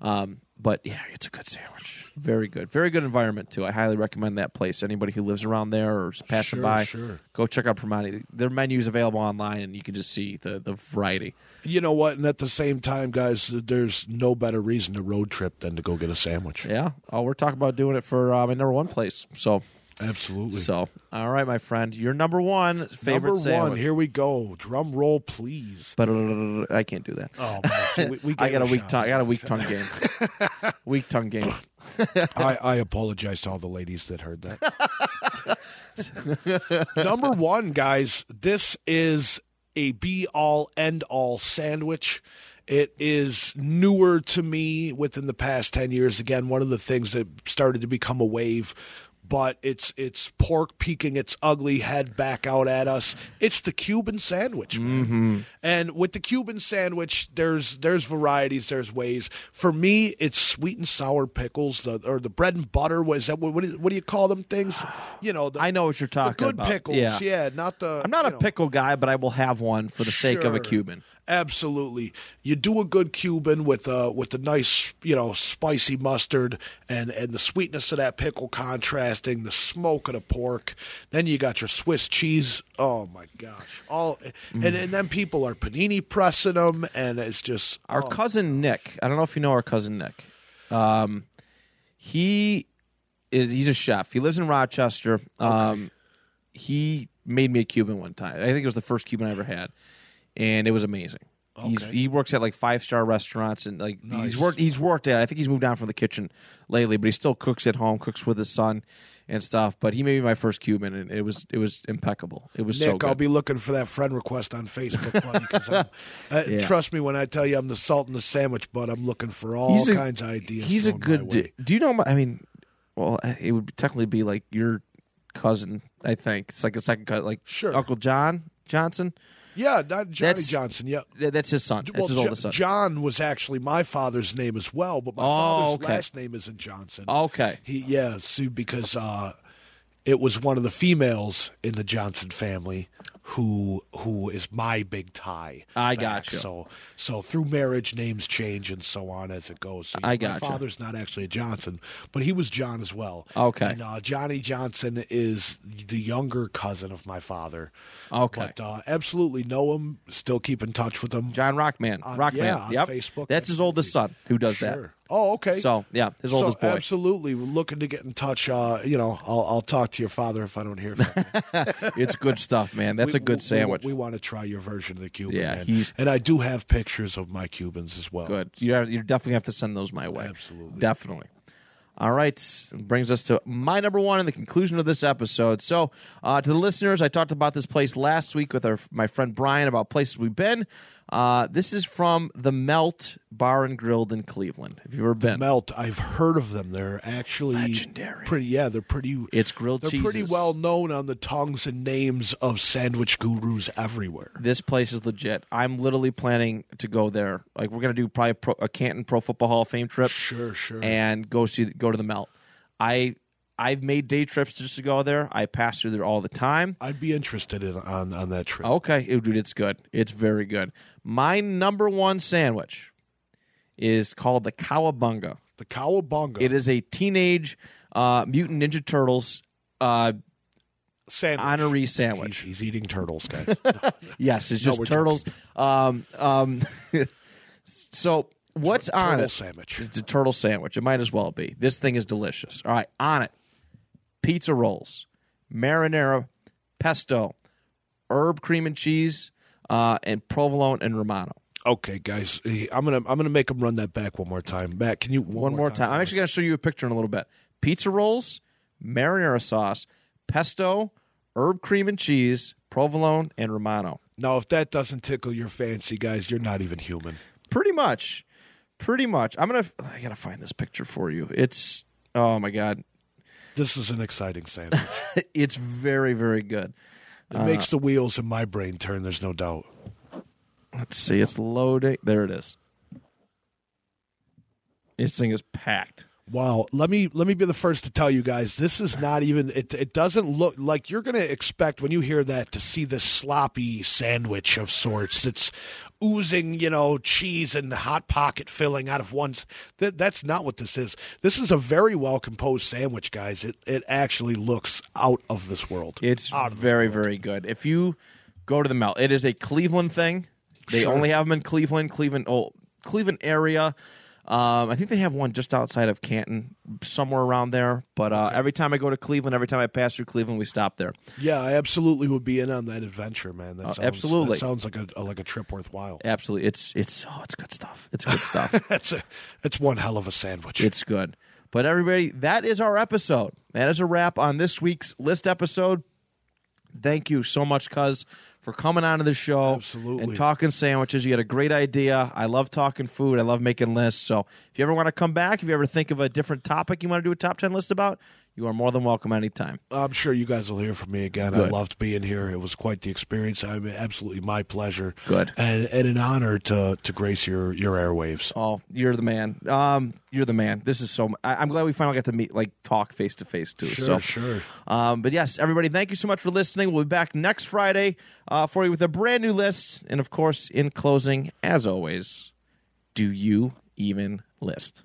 Speaker 1: Um, but yeah, it's a good sandwich. Very good. Very good environment too. I highly recommend that place. Anybody who lives around there or is passing
Speaker 2: Sure,
Speaker 1: by,
Speaker 2: sure.
Speaker 1: go check out Primati. Their menu is available online, and you can just see the, the variety.
Speaker 2: you know what and at the same time guys there's no better reason to road trip than to go get a sandwich
Speaker 1: Yeah. Oh, we're talking about doing it for uh, my number one place. So,
Speaker 2: absolutely
Speaker 1: so all right, my friend, your number one favorite
Speaker 2: number one
Speaker 1: sandwich.
Speaker 2: here we go drum roll please
Speaker 1: But uh, I can't do that.
Speaker 2: oh man see, we, we
Speaker 1: I
Speaker 2: gave
Speaker 1: got a weak
Speaker 2: shot.
Speaker 1: tongue. I got a weak tongue game. weak tongue game.
Speaker 2: I, I apologize to all the ladies that heard that. Number one, guys, this is a be all end all sandwich. It is newer to me within the past 10 years. Again, one of the things that started to become a wave. But it's it's pork peeking its ugly head back out at us. It's the Cuban sandwich, man. And with the Cuban sandwich, there's there's varieties, there's ways. For me, it's sweet and sour pickles, the or the bread and butter. What is that? What, what, do, you- what do you call them things? You know, the,
Speaker 1: I know what you're
Speaker 2: the
Speaker 1: talking
Speaker 2: good
Speaker 1: about.
Speaker 2: pickles.
Speaker 1: Yeah.
Speaker 2: Yeah. not the.
Speaker 1: I'm not
Speaker 2: you
Speaker 1: a
Speaker 2: know.
Speaker 1: pickle guy, but I will have one for the sake of a
Speaker 2: Sure.
Speaker 1: Cuban.
Speaker 2: Absolutely, you do a good Cuban with a with a nice you know spicy mustard and and the sweetness of that pickle contrasting the smoke of the pork. Then you got your Swiss cheese. Oh my gosh! All and and then people are panini pressing them, and it's just
Speaker 1: Our
Speaker 2: oh,
Speaker 1: cousin Nick. I don't know if you know our cousin Nick. Um, he is he's a chef. He lives in Rochester. Um, he made me a Cuban one time. I think it was the first Cuban I ever had, and it was amazing. He's,
Speaker 2: Okay.
Speaker 1: he works at like five star restaurants and like
Speaker 2: Nice.
Speaker 1: he's worked he's worked at I think he's moved down from the kitchen lately but he still cooks at home cooks with his son and stuff but he made me my first Cuban and it was it was impeccable it was so
Speaker 2: Nick,
Speaker 1: good
Speaker 2: I'll be looking for that friend request on Facebook, buddy. 'cause I'm- uh,
Speaker 1: Yeah.
Speaker 2: Trust me when I tell you I'm the salt in the sandwich, but I'm looking for all
Speaker 1: He's a-
Speaker 2: kinds of ideas.
Speaker 1: He's a
Speaker 2: thrown my
Speaker 1: good.
Speaker 2: way.
Speaker 1: Di- do you know? My, I mean, well, eh, it would technically be like your cousin. I think it's like a second cousin, like
Speaker 2: Sure.
Speaker 1: Uncle John Johnson.
Speaker 2: Yeah, not Johnny
Speaker 1: That's-
Speaker 2: Johnson. Yeah.
Speaker 1: Th- That's his son. That's
Speaker 2: Well,
Speaker 1: his
Speaker 2: Jo-
Speaker 1: oldest son.
Speaker 2: John was actually my father's name as well, but my
Speaker 1: Oh,
Speaker 2: father's
Speaker 1: okay. Oh,
Speaker 2: last name isn't Johnson.
Speaker 1: okay.
Speaker 2: He yeah, see, because uh, it was one of the females in the Johnson family who who is my big tie.
Speaker 1: I
Speaker 2: back.
Speaker 1: gotcha.
Speaker 2: So so through marriage, names change and so on as it goes. So, you
Speaker 1: I
Speaker 2: know,
Speaker 1: gotcha.
Speaker 2: My father's not actually a Johnson, but he was John as well.
Speaker 1: Okay.
Speaker 2: And uh, Johnny Johnson is the younger cousin of my father.
Speaker 1: Okay.
Speaker 2: But uh, absolutely know him. Still keep in touch with him.
Speaker 1: John Rockman.
Speaker 2: On-
Speaker 1: Rockman.
Speaker 2: yeah, on
Speaker 1: yep.
Speaker 2: Facebook,
Speaker 1: That's his oldest son who does
Speaker 2: Sure. Oh, okay.
Speaker 1: that. So yeah, his oldest
Speaker 2: so
Speaker 1: boy.
Speaker 2: absolutely, we're looking to get in touch. Uh, you know, I'll I'll talk to your father if I don't hear from him.
Speaker 1: It's good stuff, man. That's
Speaker 2: We-
Speaker 1: a good
Speaker 2: we-
Speaker 1: sandwich.
Speaker 2: We, want to try your version of the Cuban.
Speaker 1: Yeah,
Speaker 2: and,
Speaker 1: he's-
Speaker 2: and I do have pictures of my Cubans as well.
Speaker 1: good. You are, you definitely have to send those my way.
Speaker 2: Absolutely.
Speaker 1: Definitely. All right, brings us to my number one and the conclusion of this episode. So, uh, to the listeners, I talked about this place last week with our, my friend Brian about places we've been. Uh, this is from the Melt Bar and Grilled in Cleveland. Have you ever been?
Speaker 2: Melt. I've heard of them. They're actually
Speaker 1: Legendary.
Speaker 2: Pretty. Yeah, they're pretty.
Speaker 1: It's grilled
Speaker 2: they're
Speaker 1: cheeses.
Speaker 2: pretty well known on the tongues and names of sandwich gurus everywhere.
Speaker 1: This place is legit. I'm literally planning to go there. Like we're gonna do probably a, pro, a Canton Pro Football Hall of Fame trip.
Speaker 2: Sure, sure.
Speaker 1: and go see go to the Melt. I I've made day trips just to go there. I pass through there all the time.
Speaker 2: I'd be interested in on on that trip.
Speaker 1: Okay, it- dude, it's good. It's very good. My number one sandwich is called the Cowabunga.
Speaker 2: The Cowabunga
Speaker 1: It is a teenage uh, mutant ninja turtles uh,
Speaker 2: sandwich.
Speaker 1: honoree
Speaker 2: He's,
Speaker 1: sandwich.
Speaker 2: he's eating turtles, guys.
Speaker 1: Yes, it's
Speaker 2: No,
Speaker 1: just
Speaker 2: we're
Speaker 1: turtles. Um, um, so what's on
Speaker 2: Turtle
Speaker 1: it?
Speaker 2: sandwich.
Speaker 1: It's a turtle sandwich. It might as well be. This thing is delicious. All right, on it. Pizza rolls, marinara, pesto, herb cream and cheese, uh, and provolone and romano.
Speaker 2: Okay, guys, I'm gonna I'm gonna make him run that back one more time. Matt, can you
Speaker 1: One more time. I'm
Speaker 2: for
Speaker 1: actually going to show you a picture in a little bit. pizza rolls, marinara sauce, pesto, herb cream and cheese, provolone, and romano.
Speaker 2: Now, if that doesn't tickle your fancy, guys, you're not even human.
Speaker 1: Pretty much, pretty much. I'm gonna. I gotta find this picture for you. It's oh my god,
Speaker 2: This is an exciting sandwich.
Speaker 1: it's very very good.
Speaker 2: It
Speaker 1: Uh,
Speaker 2: makes the wheels in my brain turn, there's no doubt.
Speaker 1: Let's see. It's loading. There it is. This thing is packed.
Speaker 2: Wow, let me let me be the first to tell you guys this is not even it it doesn't look like you're going to expect when you hear that to see this sloppy sandwich of sorts that's oozing, you know, cheese and hot pocket filling out of one's that that's not what this is. This is a very well composed sandwich, guys. It it actually looks out of this world.
Speaker 1: It's very, very good. If you go to the Mel, it is a Cleveland thing. They only have them in Cleveland, Cleveland, oh, Cleveland area. Um, I think they have one just outside of Canton, somewhere around there. But uh, every time I go to Cleveland, every time I pass through Cleveland, we stop there.
Speaker 2: yeah, I absolutely would be in on that adventure, man. That sounds,
Speaker 1: absolutely.
Speaker 2: that sounds like a, a like a trip worthwhile.
Speaker 1: Absolutely, it's it's oh, it's good stuff. It's good stuff.
Speaker 2: That's a that's one hell of a sandwich.
Speaker 1: It's good. But everybody, that is our episode. That is a wrap on this week's list episode. Thank you so much, Cuz, for coming on to the show.
Speaker 2: Absolutely.
Speaker 1: And talking sandwiches. You had a great idea. I love talking food. I love making lists. So if you ever want to come back, if you ever think of a different topic you want to do a top 10 list about, you are more than welcome anytime.
Speaker 2: I'm sure you guys will hear from me again. I
Speaker 1: Good.
Speaker 2: loved being here. It was quite the experience. I mean, absolutely my pleasure.
Speaker 1: Good.
Speaker 2: And, and an honor to, to grace your, your airwaves.
Speaker 1: Oh, you're the man. Um, you're the man. This is so. I, I'm glad we finally got to meet, like, talk face to face too. so
Speaker 2: sure.
Speaker 1: Um, but yes, everybody, thank you so much for listening. We'll be back next Friday uh, for you with a brand new list. And of course, in closing, as always, do you even list?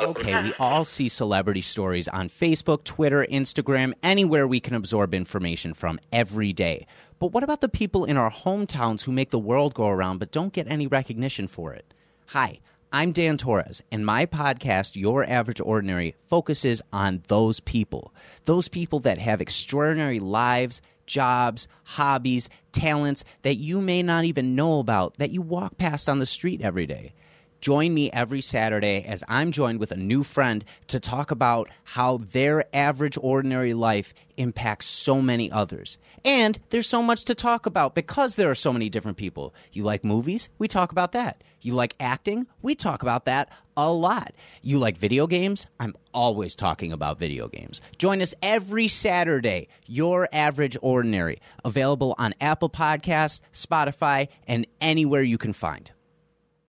Speaker 3: Okay, we all see celebrity stories on Facebook, Twitter, Instagram, anywhere we can absorb information from every day. But what about the people in our hometowns who make the world go around but don't get any recognition for it? Hi, I'm Dan Torres, and my podcast, Your Average Ordinary, focuses on those people. Those people that have extraordinary lives, jobs, hobbies, talents that you may not even know about, that you walk past on the street every day. Join me every Saturday as I'm joined with a new friend to talk about how their average, ordinary life impacts so many others. And there's so much to talk about because there are so many different people. You like movies? We talk about that. You like acting? We talk about that a lot. You like video games? I'm always talking about video games. Join us every Saturday, Your Average Ordinary, available on Apple Podcasts, Spotify, and anywhere you can find.